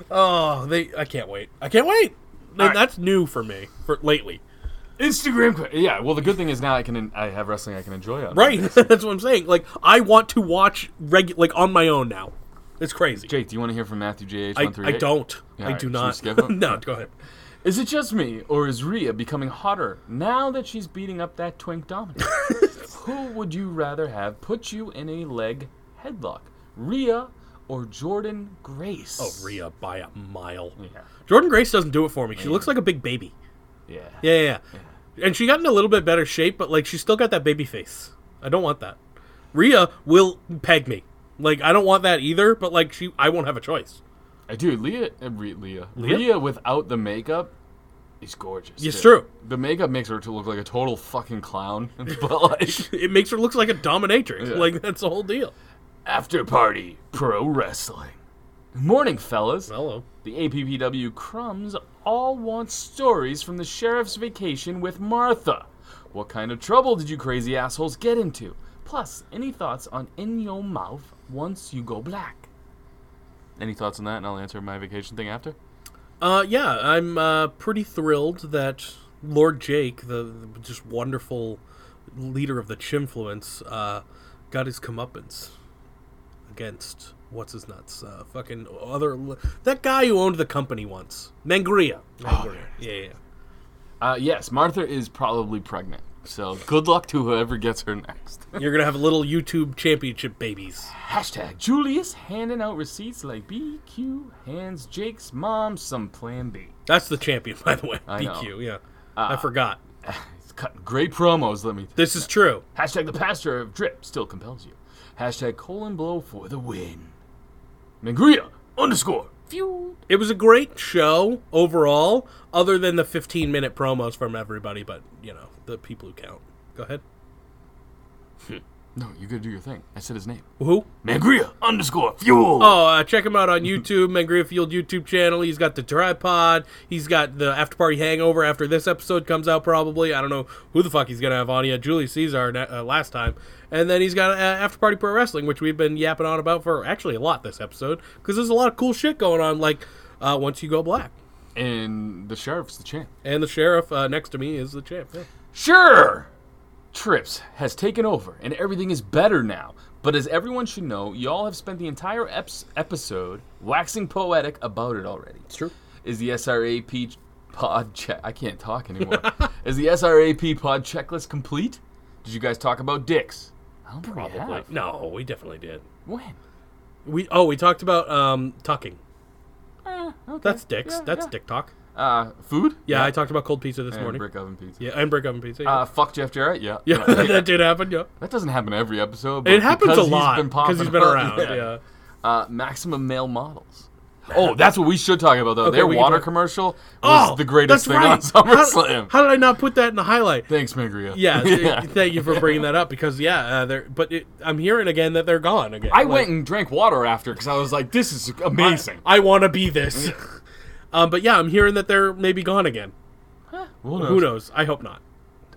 Oh, they! I can't wait. I can't wait. And
All right.
that's new for me for lately.
Instagram. que- Yeah. Well, the good thing is now I can en- I have wrestling I can enjoy on.
Right. that's what I'm saying. Like I want to watch regu- like on my own now. It's crazy.
Jake, do you want to hear from Matthew JH?
I, I don't.
Yeah,
I
all
do
right.
not.
Should we skip him?
no, go ahead.
Is it just me, or is Rhea becoming hotter now that she's beating up that twink Dominic? Who would you rather have put you in a leg headlock, Rhea or Jordan Grace?
Oh, Rhea by a mile.
Yeah.
Jordan Grace doesn't do it for me. She looks like a big baby.
Yeah.
Yeah, yeah, yeah. And she got in a little bit better shape, but like she's still got that baby face. I don't want that. Rhea will peg me. Like I don't want that either, but like she I won't have a choice.
I do. Leah, uh, Rhea, Leah,
Leah?
Rhea without the makeup is gorgeous.
It's
too.
true.
The makeup makes her to look like a total fucking clown. but like
It makes her look like a dominatrix.
Yeah.
Like that's the whole deal.
after party pro wrestling. Morning, fellas.
Hello.
The APPW crumbs all want stories from the sheriff's vacation with Martha. What kind of trouble did you crazy assholes get into? Plus, any thoughts on in your mouth once you go black? Any thoughts on that? And I'll answer my vacation thing after.
Uh, yeah, I'm uh, pretty thrilled that Lord Jake, the, the just wonderful leader of the Chimfluence, uh, got his comeuppance against what's his nuts, uh, fucking other that guy who owned the company once, Mangria.
Oh,
Mangria. yeah, yeah.
Uh, yes, Martha is probably pregnant. So good luck to whoever gets her next.
yeah. You're gonna have little YouTube championship babies.
Hashtag Julius handing out receipts like BQ hands Jake's mom some plan B.
That's the champion, by the way.
I know. Uh,
BQ. Yeah, I forgot.
He's cutting great promos, let me tell
This is true.
Hashtag the pastor of drip still compels you. Hashtag colon blow for the win. Mangria underscore feud.
It was a great show overall, other than the 15 minute promos from everybody, but, you know, the people who count. Go ahead.
No, you gotta do your thing. I said his name.
Who?
Mangria underscore fuel.
Oh, uh, check him out on YouTube, Mangria Field YouTube channel. He's got the tripod. He's got the after party hangover after this episode comes out, probably. I don't know who the fuck he's going to have on. He had Julie Caesar na- uh, last time. And then he's got uh, After Party Pro Wrestling, which we've been yapping on about for actually a lot this episode, because there's a lot of cool shit going on, like uh, Once You Go Black.
And the sheriff's the champ.
And the sheriff uh, next to me is the champ. yeah.
Sure! Trips has taken over and everything is better now. But as everyone should know, y'all have spent the entire eps- episode waxing poetic about it already. It's
true.
Is the SRAP pod check? I can't talk anymore. is the SRAP pod checklist complete? Did you guys talk about dicks? I don't think we
Probably.
have.
No, we definitely did.
When?
We oh, we talked about um tucking.
Eh, okay.
That's dicks.
Yeah,
That's
yeah.
dick talk.
Uh, food?
Yeah, I talked about cold pizza this
and
morning.
brick oven pizza.
Yeah, and brick oven pizza. Yeah,
Uh, fuck Jeff Jarrett. Yeah.
yeah that did happen. Yeah,
That doesn't happen every episode. But
it happens
because
a
he's
lot
been
because he's
popping
been
up-
around. Yeah.
uh, maximum male models. Oh, that's what we should talk about though.
Okay,
Their
we can
water
talk-
commercial was
Oh,
the greatest
that's
thing
right.
on SummerSlam.
How, how did I not put that in the highlight?
Thanks, Mangria.
Yeah, th-
yeah.
thank you for bringing that up because yeah, uh, they're but it, I'm hearing again that they're gone again.
I
Like,
went and drank water after because I was like, "This is amazing."
I want to be this. um, but yeah, I'm hearing that they're maybe gone again.
Who
Who knows? I hope not.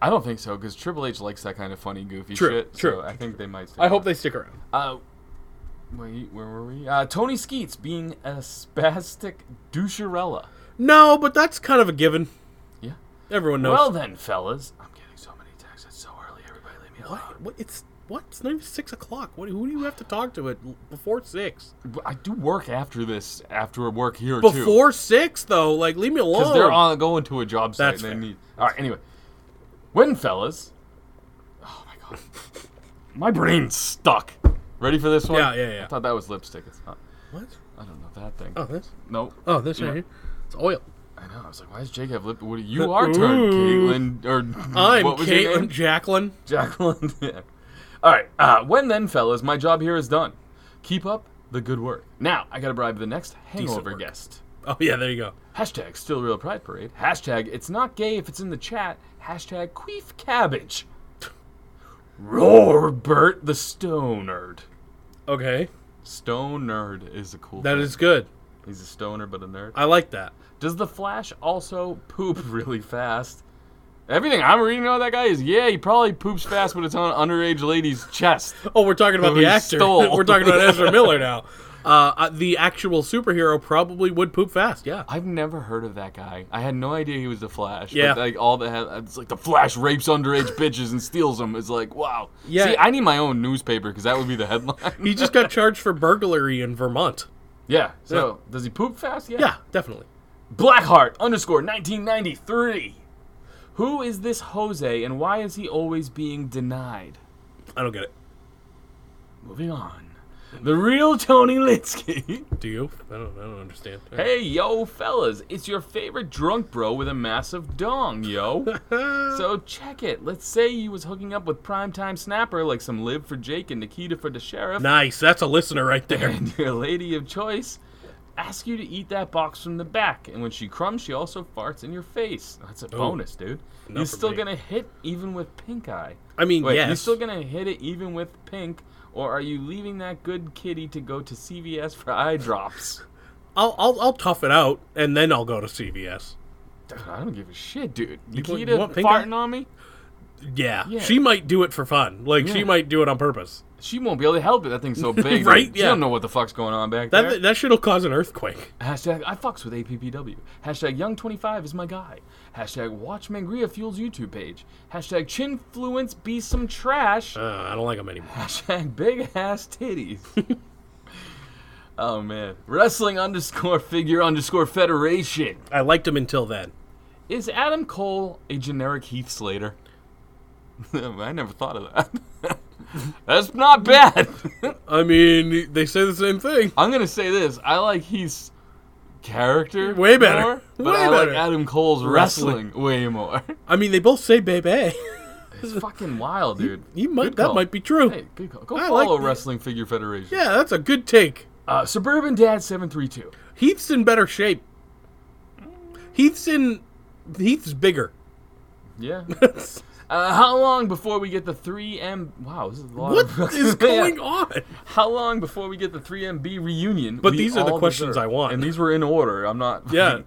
I don't think so because Triple H likes that kind of funny, goofy
True,
shit. So
true.
I think they might. stay
I hope
on.
they stick around.
Uh, wait, where were we? Uh, Tony Skeets being a spastic doucherella.
No, but that's kind of a given.
Yeah.
Everyone knows.
Well then, fellas, I'm getting so many texts. It's so early. Everybody, leave me alone.
What? What? It's what? It's not even six o'clock. What? Who do you have to talk to it before six?
But I do work after this, after work here too.
Before six, though. Like, leave me alone.
because they're on going to a job site.
That's
and they
fair.
need. All right. Anyway, when fellas, oh my god, my brain's stuck. Ready for this one?
Yeah, yeah, yeah.
I thought that was lipstick. It's not.
What?
I don't know that thing.
Oh, this.
No.
Oh, this
Yeah.
right here. It's oil.
I know. I was like, why does Jake have lip? What, you are turned, Caitlin. Or
Uh, I'm
what was your
Caitlin
name?
Jacqueline.
Jacqueline. yeah. All right. Uh, when then, fellas, my job here is done. Keep up the good work. Now I gotta bribe the next hangover
work.
guest.
Oh yeah, there you go.
Hashtag still real pride parade. Hashtag it's not gay if it's in the chat. Hashtag queef cabbage. Roar Bert the stone nerd.
Okay,
Stone nerd is a cool.
that
thing.
is good.
He's a stoner but a nerd.
I like that.
Does the Flash also poop really fast? Everything I'm reading about that guy is yeah, he probably poops fast when it's on an underage lady's chest.
Oh, we're talking about
Who
the
he
actor.
stole.
we're talking about Ezra Miller now. Uh, uh, the actual superhero probably would poop fast. Yeah.
I've never heard of that guy. I had no idea he was the Flash.
Yeah.
But like all the it's like the Flash rapes underage bitches and steals them. It's like wow.
Yeah.
See, I need my own newspaper because that would be the headline.
He just got charged for burglary in Vermont.
yeah. So does he poop fast? Yeah.
Yeah, definitely.
Blackheart underscore 1993. Who is this Jose and why is he always being denied?
I don't get it.
Moving on. The real Tony Litsky.
Do you? I don't. I don't understand.
Hey, yo, fellas, it's your favorite drunk bro with a massive dong, yo.
Uh,
so check it. Let's say you was hooking up with primetime snapper like some Live for Jake and Nikita for the sheriff,
Nice. That's a listener right there.
and your lady of choice ask you to eat that box from the back, and when she crumbs, she also farts in your face. That's a bonus, dude. You're
for
still
me.
gonna hit even with pink eye.
I mean,
Wait,
yes.
you still gonna hit it even with pink, or are you leaving that good kitty to go to CVS for eye drops?
I'll, I'll I'll tough it out, and then I'll go to CVS.
Dude, I don't give a shit, dude.
put-
Nikita
you want pink
farting
eye?
on me?
Yeah.
Yeah.
She might do it for fun. Like she
Yeah.
might do it on purpose.
She won't be able to help it. That thing's so big.
Right,
Like, She
yeah.
don't know what the fuck's going on back
That
there.
that shit'll cause an earthquake.
Hashtag I fucks with APPW. Hashtag Young25 is my guy. Hashtag Watch Mangria Fuels YouTube page. Hashtag Chinfluence be some trash.
Uh, I don't like them anymore.
Hashtag big ass titties. oh man. Wrestling underscore figure underscore federation.
I liked them until then.
Is Adam Cole a generic Heath Slater? I never thought of that. That's not bad.
I mean, they say the same thing.
I'm gonna say this. I like Heath's character
Way better.
more, but
Way
I
better.
like Adam Cole's
Wrestling.
wrestling, way more.
I mean, they both say "baby."
It's fucking wild, dude.
You might
Good
that
call.
might be true.
Hey, good call. Go
I like
follow
the-
Wrestling Figure Federation.
Yeah, that's a good take.
Uh, Suburban Dad seven three two.
Heath's in better shape. Heath's in. Heath's bigger.
Yeah. Uh, how long before we get the 3M? Wow, this is a lot.
what
of-
is
Oh, Yeah.
going on?
How long before we get the 3MB reunion?
But
we
these are the
all
questions
deserve?
I want.
and these were in order. I'm not.
Yeah.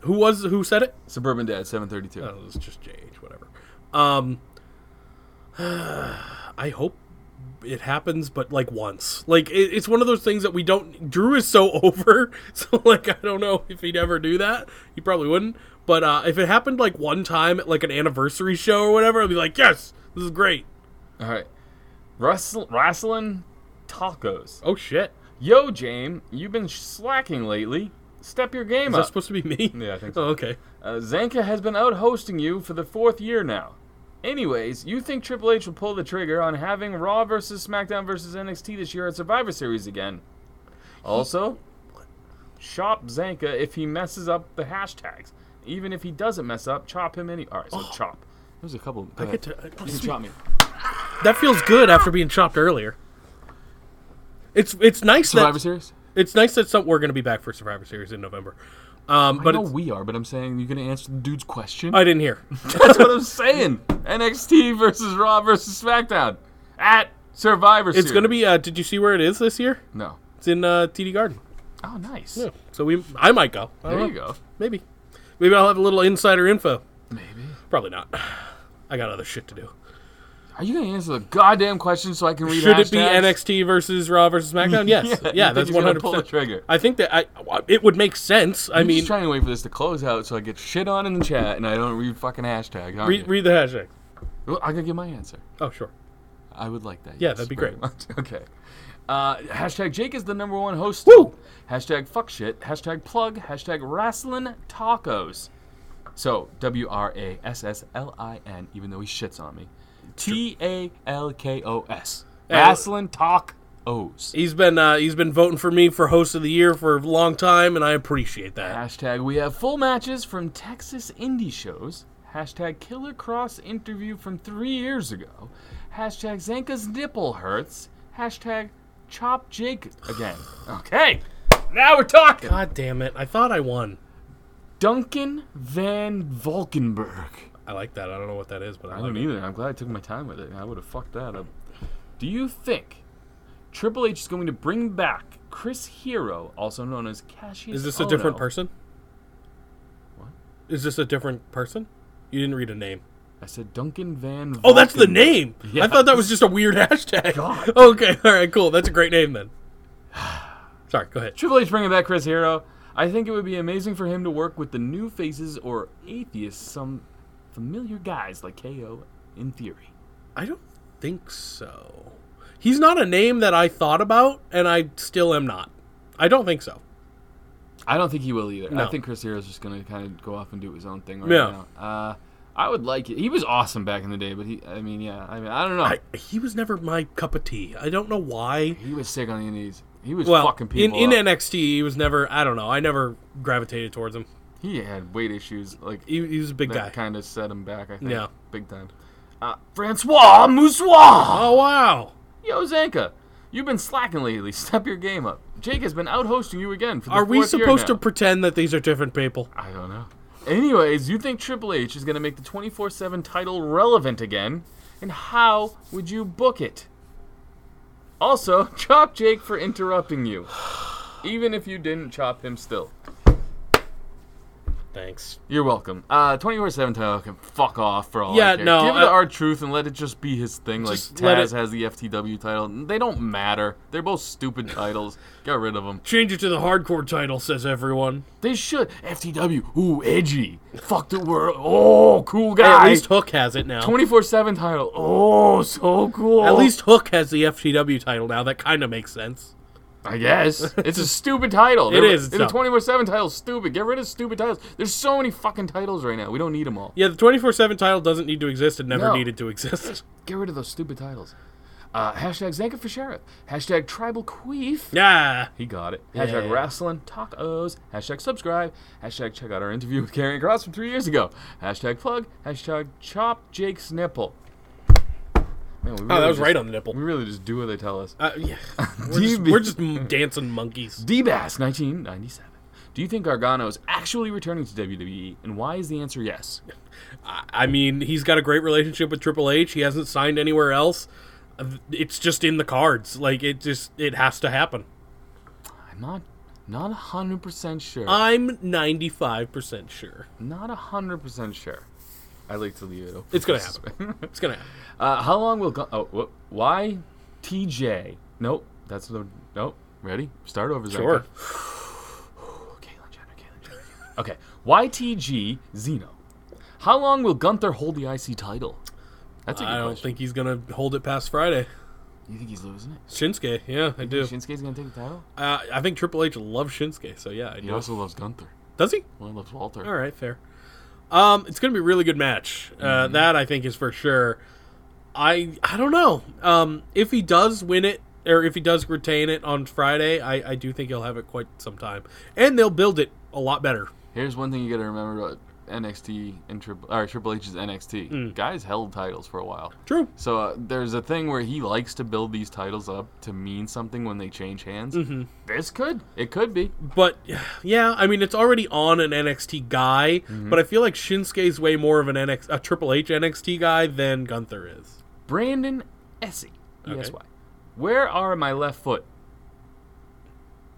Who was who said it?
Suburban Dad 732.
Oh, it's just JH, whatever. Um, I hope it happens, but like once. Like it, it's one of those things that we don't. Drew is so over, so like I don't know if he'd ever do that. He probably wouldn't. But uh, if it happened like one time at like an anniversary show or whatever, I'd be like, yes, this is great.
All right. Wrestle, wrestling tacos.
Oh shit,
Yo, James, you've been slacking lately. Step your game
is that
up.
supposed to be me?
Yeah, I think so.
Oh, okay.
Uh, Zanka has been out hosting you for the fourth year now. Anyways, you think Triple H will pull the trigger on having Raw versus SmackDown versus NXT this year at Survivor Series again? Also, chop Zanka if he messes up the hashtags. Even if he doesn't mess up, chop him any. All right, so chop. Oh. There's a couple.
I get to, uh,
you can chop me.
that feels good after being chopped earlier. It's it's nice
Survivor
that
Series.
It's nice that some, we're going to be back for Survivor Series in November. Um,
But
but
I know
it's,
we are, but I'm saying you're gonna answer the dude's question.
I didn't hear.
That's what I'm saying. NXT versus Raw versus SmackDown at Survivor Series.
It's going to be. Uh, did you see where it is this year?
no.
It's in uh, TD Garden.
Oh, nice.
Yeah. Uh-huh. So we, I might go. I don't
There you
know.
go.
Maybe, maybe I'll have a little insider info.
Maybe.
Probably not. I got other shit to do.
Are you gonna answer the goddamn question so I can read?
Should it be
hashtags?
NXT versus Raw versus SmackDown? Yes.
Yeah,
yeah,
you think
that's
he's
one
gonna
hundred
pull the
percent.
trigger.
I think that I, it would make sense. I
I'm
mean,
just trying to wait for this to close out so I get shit on in the chat and I don't read fucking hashtags. aren't
read,
you?
read the hashtag.
Well, I gotta get my answer.
Oh sure.
I would like that.
Yeah,
yes,
that'd be
very
great.
much. Okay. Uh, hashtag Jake is the number one host.
Woo!
Hashtag fuck shit. Hashtag plug. Hashtag wrestling tacos. So W R A S S L I N, even though he shits on me. T A L K O S.
Hey,
Wrestling talk O's.
He's been uh, he's been voting for me for host of the year for a long time, and I appreciate that.
Hashtag we have full matches from Texas indie shows. Hashtag Killer Cross interview from three years ago. Hashtag Zanka's nipple hurts. Hashtag chop Jake again. Okay, now we're talking.
God damn it! I thought I won.
Duncan Van Valkenburg.
I like that. I don't know what that is, but I,
I
like
don't
it.
either. I'm glad I took my time with it. I would have fucked that up. Do you think Triple H is going to bring back Chris Hero, also known as Cassius?
Is this a different
Ohno?
person?
What?
Is this a different person? You didn't read a name.
I said Duncan Van.
Oh, that's the
Valkenburg.
name.
Yeah.
I thought that was just a weird hashtag.
God.
Okay, all right, cool. That's a great name then. Sorry, go ahead.
Triple H bringing back Chris Hero. I think it would be amazing for him to work with the new faces or atheists, some familiar guys like KO in theory.
I don't think so. He's not a name that I thought about, and I still am not. I don't think so.
I don't think he will either.
No.
I think Chris Hero's just going to kind of go off and do his own thing right
Yeah.
now. Uh, I would like it. He was awesome back in the day, but he, I mean, yeah, I mean, I don't know.
I, he was never my cup of tea. I don't know why.
he was sick on the indies. He was
Well,
fucking
in,
people.
in
up.
NXT, he was never. I don't know. I never gravitated towards him.
he had weight issues. Like
He, he was a big guy.
that kind of set him back. I think.
Yeah.
big time. Uh, Francois Moussois.
oh wow!
Yo, Zanka, you've been slacking lately. Step your game up. Jake has been out hosting you again for the
Are we
fourth year
supposed
now.
to pretend that these are different people?
I don't know. Anyways, you think Triple H is going to make the 24 7 title relevant again? And how would you book it? Also, chop Jake for interrupting you. Even if you didn't chop him still.
Thanks.
You're welcome. Uh, 24 7 title can fuck off for all I
Yeah,
care.
no,
Give it to
uh,
our truth and let it just be his thing. Like
Just let
Taz
it-
has the FTW title. They don't matter. They're both stupid titles. Get rid of them.
Change it to the hardcore title, says everyone.
They should. FTW. Ooh, edgy. Fuck the world. Oh, cool guy.
at least Hook has it now.
24 7 title. Oh, so cool.
At least Hook has the FTW title now. That kind of makes sense.
I guess. It's a stupid title.
It
They-
is, it's
The
dumb.
24 7 title stupid. Get rid of stupid titles. There's so many fucking titles right now. We don't need them all.
Yeah, the 24 7 title doesn't need to exist. It never
No.
needed to exist.
Get rid of those stupid titles. Uh, hashtag Zanka for Sheriff. Hashtag Tribal Queef.
Yeah.
He got it. Hashtag
Yeah.
wrestling tacos. Hashtag subscribe. Hashtag check out our interview with Karrion Cross from three years ago. Hashtag plug. Hashtag chop Jake's nipple. Man, we really
Oh, that was
just-
right on the
We
nipple.
really just do what they tell us.
Uh, yeah. We're just,
DB.
we're just m- dancing monkeys.
DBass 1997. Do you think Gargano is actually returning to WWE, and why is the answer yes?
I I mean, he's got a great relationship with Triple H. He hasn't signed anywhere else. Uh, It's just in the cards. Like, it just, it has to happen.
I'm not, not hundred percent sure.
I'm 95% sure.
not hundred percent sure. I like to leave it open.
It's gonna happen. It's going to happen.
Uh, how long will Ga- oh wh- why TJ? Nope, that's the nope. Ready? Start over. Zach. Oh,
Sure.
Caitlyn Jenner, Caitlyn Jenner, Caitlyn Jenner. Okay. YTG Zeno. How long will Gunther hold the IC title? That's a good
I don't
question.
think he's going to hold it past Friday.
you think he's losing it?
Shinsuke, yeah, I do.
Shinsuke's gonna take the title.
Uh, I think Triple H loves Shinsuke, so yeah, I
He
do.
also loves Gunther.
Does he?
Well, he loves Walter.
All right, fair. Um, it's going to be a really good match. Uh, That I think is for sure. I I don't know. Um, if he does win it or if he does retain it on Friday, I, I do think he'll have it quite some time, and they'll build it a lot better.
Here's one thing you gotta remember about NXT and Triple, or Triple H's NXT.
Hmm.
Guys held titles for a while.
True.
So uh, there's a thing where he likes to build these titles up to mean something when they change hands. Mm-hmm. This could it could be.
But yeah, I mean it's already on an NXT guy, but I feel like Shinsuke's way more of an NX a Triple H NXT guy than Gunther is.
Brandon Essie. Yes,
Okay.
why? Where are my left foot?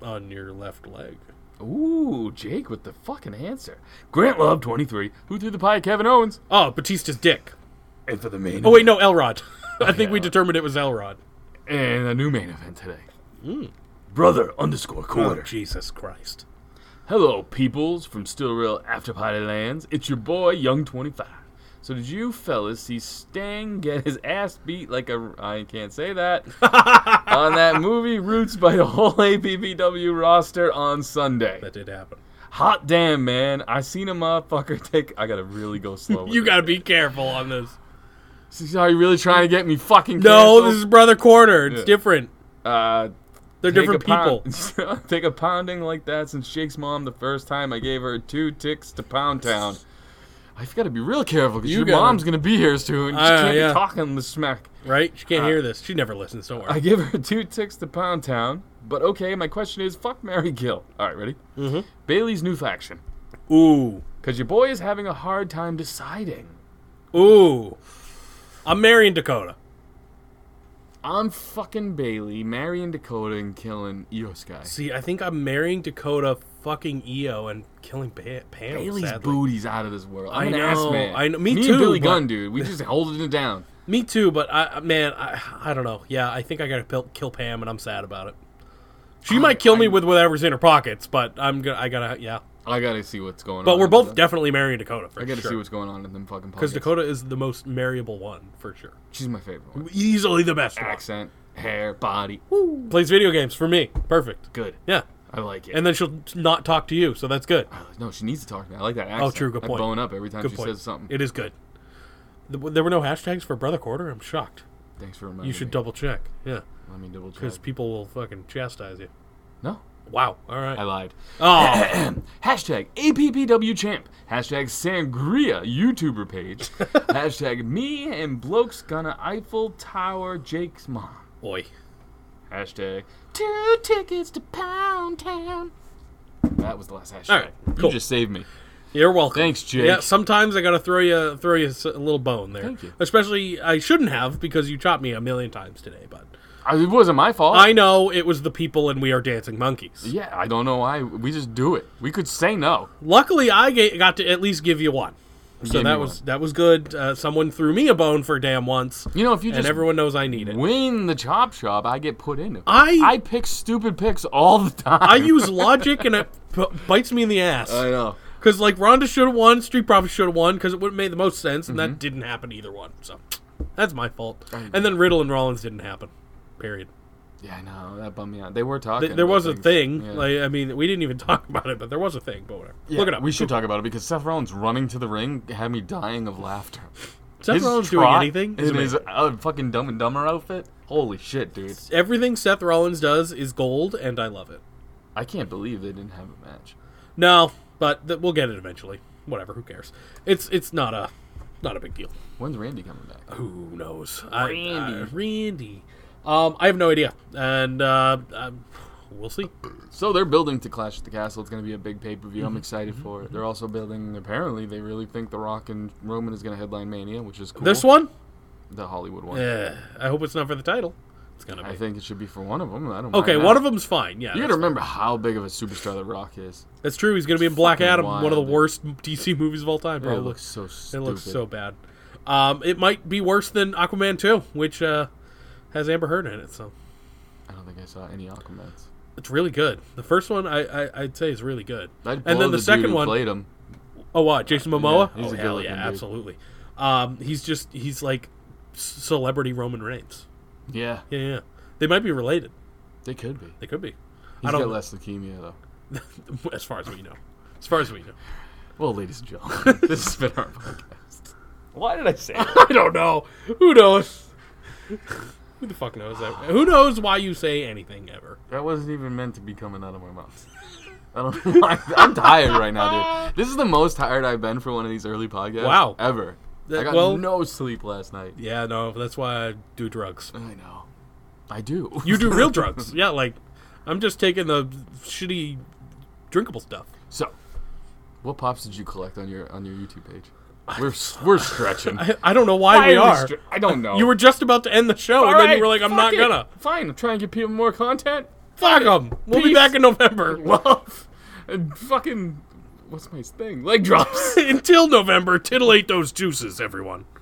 On your left leg.
Ooh, Jake with the fucking answer. Grant Love 23. Who threw the pie? Kevin Owens.
Oh, Batista's dick.
And for the main.
Oh wait, no, Elrod. I think we
Elrod.
determined it was Elrod.
And a new main event today. Brother underscore quarter.
Oh, Jesus Christ.
Hello, peoples from Still Real After Party Lands. It's your boy Young25. So did you fellas see Sting get his ass beat like a I can't say that on that movie Roots by the whole APPW roster on Sunday?
That did happen.
Hot damn, man! I seen a motherfucker take. I gotta really go slow. with
You
this.
gotta be careful on this.
So Are you really trying to get me fucking?
No,
canceled?
this is Brother Corner. It's
Yeah.
different.
Uh,
They're
take
different
a pound-
people.
take a pounding like that since Shake's mom the first time I gave her two ticks to Pound Town. I've got to be real careful because
You
your
gotta-
mom's gonna be here soon. She
Ah,
can't
yeah.
be talking this smack.
Right? She can't hear this. She never listens. Don't
I
worry.
give her two ticks to Pound Town, but okay. My question is, fuck Mary Gill. All right, ready? Mm-hmm. Bailey's new faction
Ooh.
because your boy is having a hard time deciding.
Ooh. I'm marrying Dakota.
I'm fucking Bailey, marrying Dakota, and killing Eos guy.
See, I think I'm marrying Dakota, fucking Io, and killing ba- Pam.
Bailey's
sadly.
booty's out of this world. I'm
I
an
know,
ass man.
I know- me
Me
too,
and Billy
but-
Gunn, dude. We just holding it down.
Me too, but I, man, I, I don't know. Yeah, I think I gotta pil- kill Pam, and I'm sad about it. She might kill me
I-
with whatever's in her pockets, but I'm gonna, I gotta, yeah.
I gotta see what's going on.
But we're
with
both
them.
definitely marrying Dakota for
Oh, I gotta
sure.
see what's going on in them fucking. Because
because Dakota is the most marryable one for sure.
she's my favorite one.
Easily the best one.
Accent, hair, body,
Plays video games for me. Perfect.
good.
Yeah.
I like it.
And then she'll not talk to you, so that's good.
no, she needs to talk to me. I like that accent.
Oh, true, good
I
point.
bone up every time
Good
Oh, she
point.
says something.
It is good. Th- There were no hashtags for Brother Quarter. I'm shocked.
Thanks for reminding
You should
me.
double check. Yeah.
Let me double check.
Because people will fucking chastise you.
No,
Wow. All
I
right.
lied.
Oh,
Hashtag APPW champ. Hashtag Sangria YouTuber page. Hashtag me and blokes gonna Eiffel Tower Jake's mom.
boy.
Hashtag two tickets to Pound Town. That was the last hashtag.
All right, cool.
You just saved me.
You're welcome.
Thanks, Jake.
Yeah, sometimes I gotta throw you throw you s- a little bone there.
Thank you.
Especially I shouldn't have because you chopped me a million times today, but
I- it wasn't my fault.
I know it was the people and we are dancing monkeys.
Oh. yeah, I don't know why. We just do it. We could say no.
Luckily, I ga- got to at least give you one. So
Gave me
that was that was good. Uh, someone threw me a bone for damn once,
You know, if you
and
just
everyone knows I need it.
win the chop shop, I get put in it.
I-
I pick stupid picks all the time.
I use logic, and it p- bites me in the ass.
I know.
Because like Ronda should have won, Street Profits should have won because it would have made the most sense, and
Mm-hmm.
that didn't happen to either one. So that's my fault. And then Riddle and Rollins didn't happen. Period.
Yeah, I know. That bummed me out. They were talking.
Th- there
about
was a
things.
thing.
Yeah.
Like I mean, we didn't even talk about it, but there was a thing. But whatever.
Yeah,
Look it up.
We should talk about it because Seth Rollins running to the ring had me dying of laughter.
Seth
His
Rollins
trot
doing anything? is
In his
amazing.
uh, fucking Dumb and Dumber outfit. Holy shit, dude!
Everything Seth Rollins does is gold, and I love it.
I can't believe they didn't have a match.
No, but th- we'll get it eventually. Whatever, who cares? It's it's not a not a big deal.
When's Randy coming back?
Who knows? I-
Randy.
uh, Randy. Um, I have no idea, and uh, um, we'll see.
So they're building to Clash at the Castle. It's going to be a big pay per view.
Mm-hmm.
I'm excited for it. They're also building. Apparently, they really think The Rock and Roman is going to headline Mania, which is cool.
This one,
the Hollywood one.
Eh, I hope it's not for the title. It's gonna
I
be
think it should be for one of them. I don't.
okay.
mind
One
that.
of them's fine. Yeah,
You got
that's,
to remember how big of a superstar The Rock is.
that's true. He's gonna be in Black
fucking
Adam, one of the
wild.
worst DC movies of all time.
It
Probably
looks so stupid.
It looks so bad. Um, it might be worse than Aquaman two, which uh, has Amber Heard in it. So
I don't think I saw any Aquamans.
it's really good. The first one, I, I I'd say is really good.
I'd blow
and then the,
dude
second
who
one,
Played him.
Oh, what? Jason Momoa?
Yeah, he's
oh,
a
hell
good-looking
yeah,
dude.
absolutely. Um, he's just he's like c- celebrity Roman Reigns.
Yeah,
Yeah, yeah. They might be related.
they could be.
They could be.
He's
I don't
got less leukemia though.
as far as we know. As far as we know.
Well, ladies and gentlemen, this has been our podcast. Why did I say that?
I don't know. Who knows? Who the fuck knows? That? Who knows why you say anything ever?
That wasn't even meant to be coming out of my mouth. I don't know why. I'm tired right now, dude. This is the most tired I've been for one of these early podcasts.
Wow.
Ever.
That-
I got
well-
no sleep last night.
Yeah, no. That's why I do drugs.
I know. I do.
You do real drugs. Yeah, like I'm just taking the shitty drinkable stuff.
so, what pops did you collect on your on your YouTube page? We're s- we're stretching.
I, I don't know why, we
Why
are.
stre- I don't know.
you were just about to end the show,
All
and then
right,
you were like, "I'm
fuck
not
it.
gonna."
Fine. I'm trying to get people more content.
Fuck them. We'll be
Peace.
back in November.
love and fucking what's my thing leg drops
Until November, titillate those juices, everyone.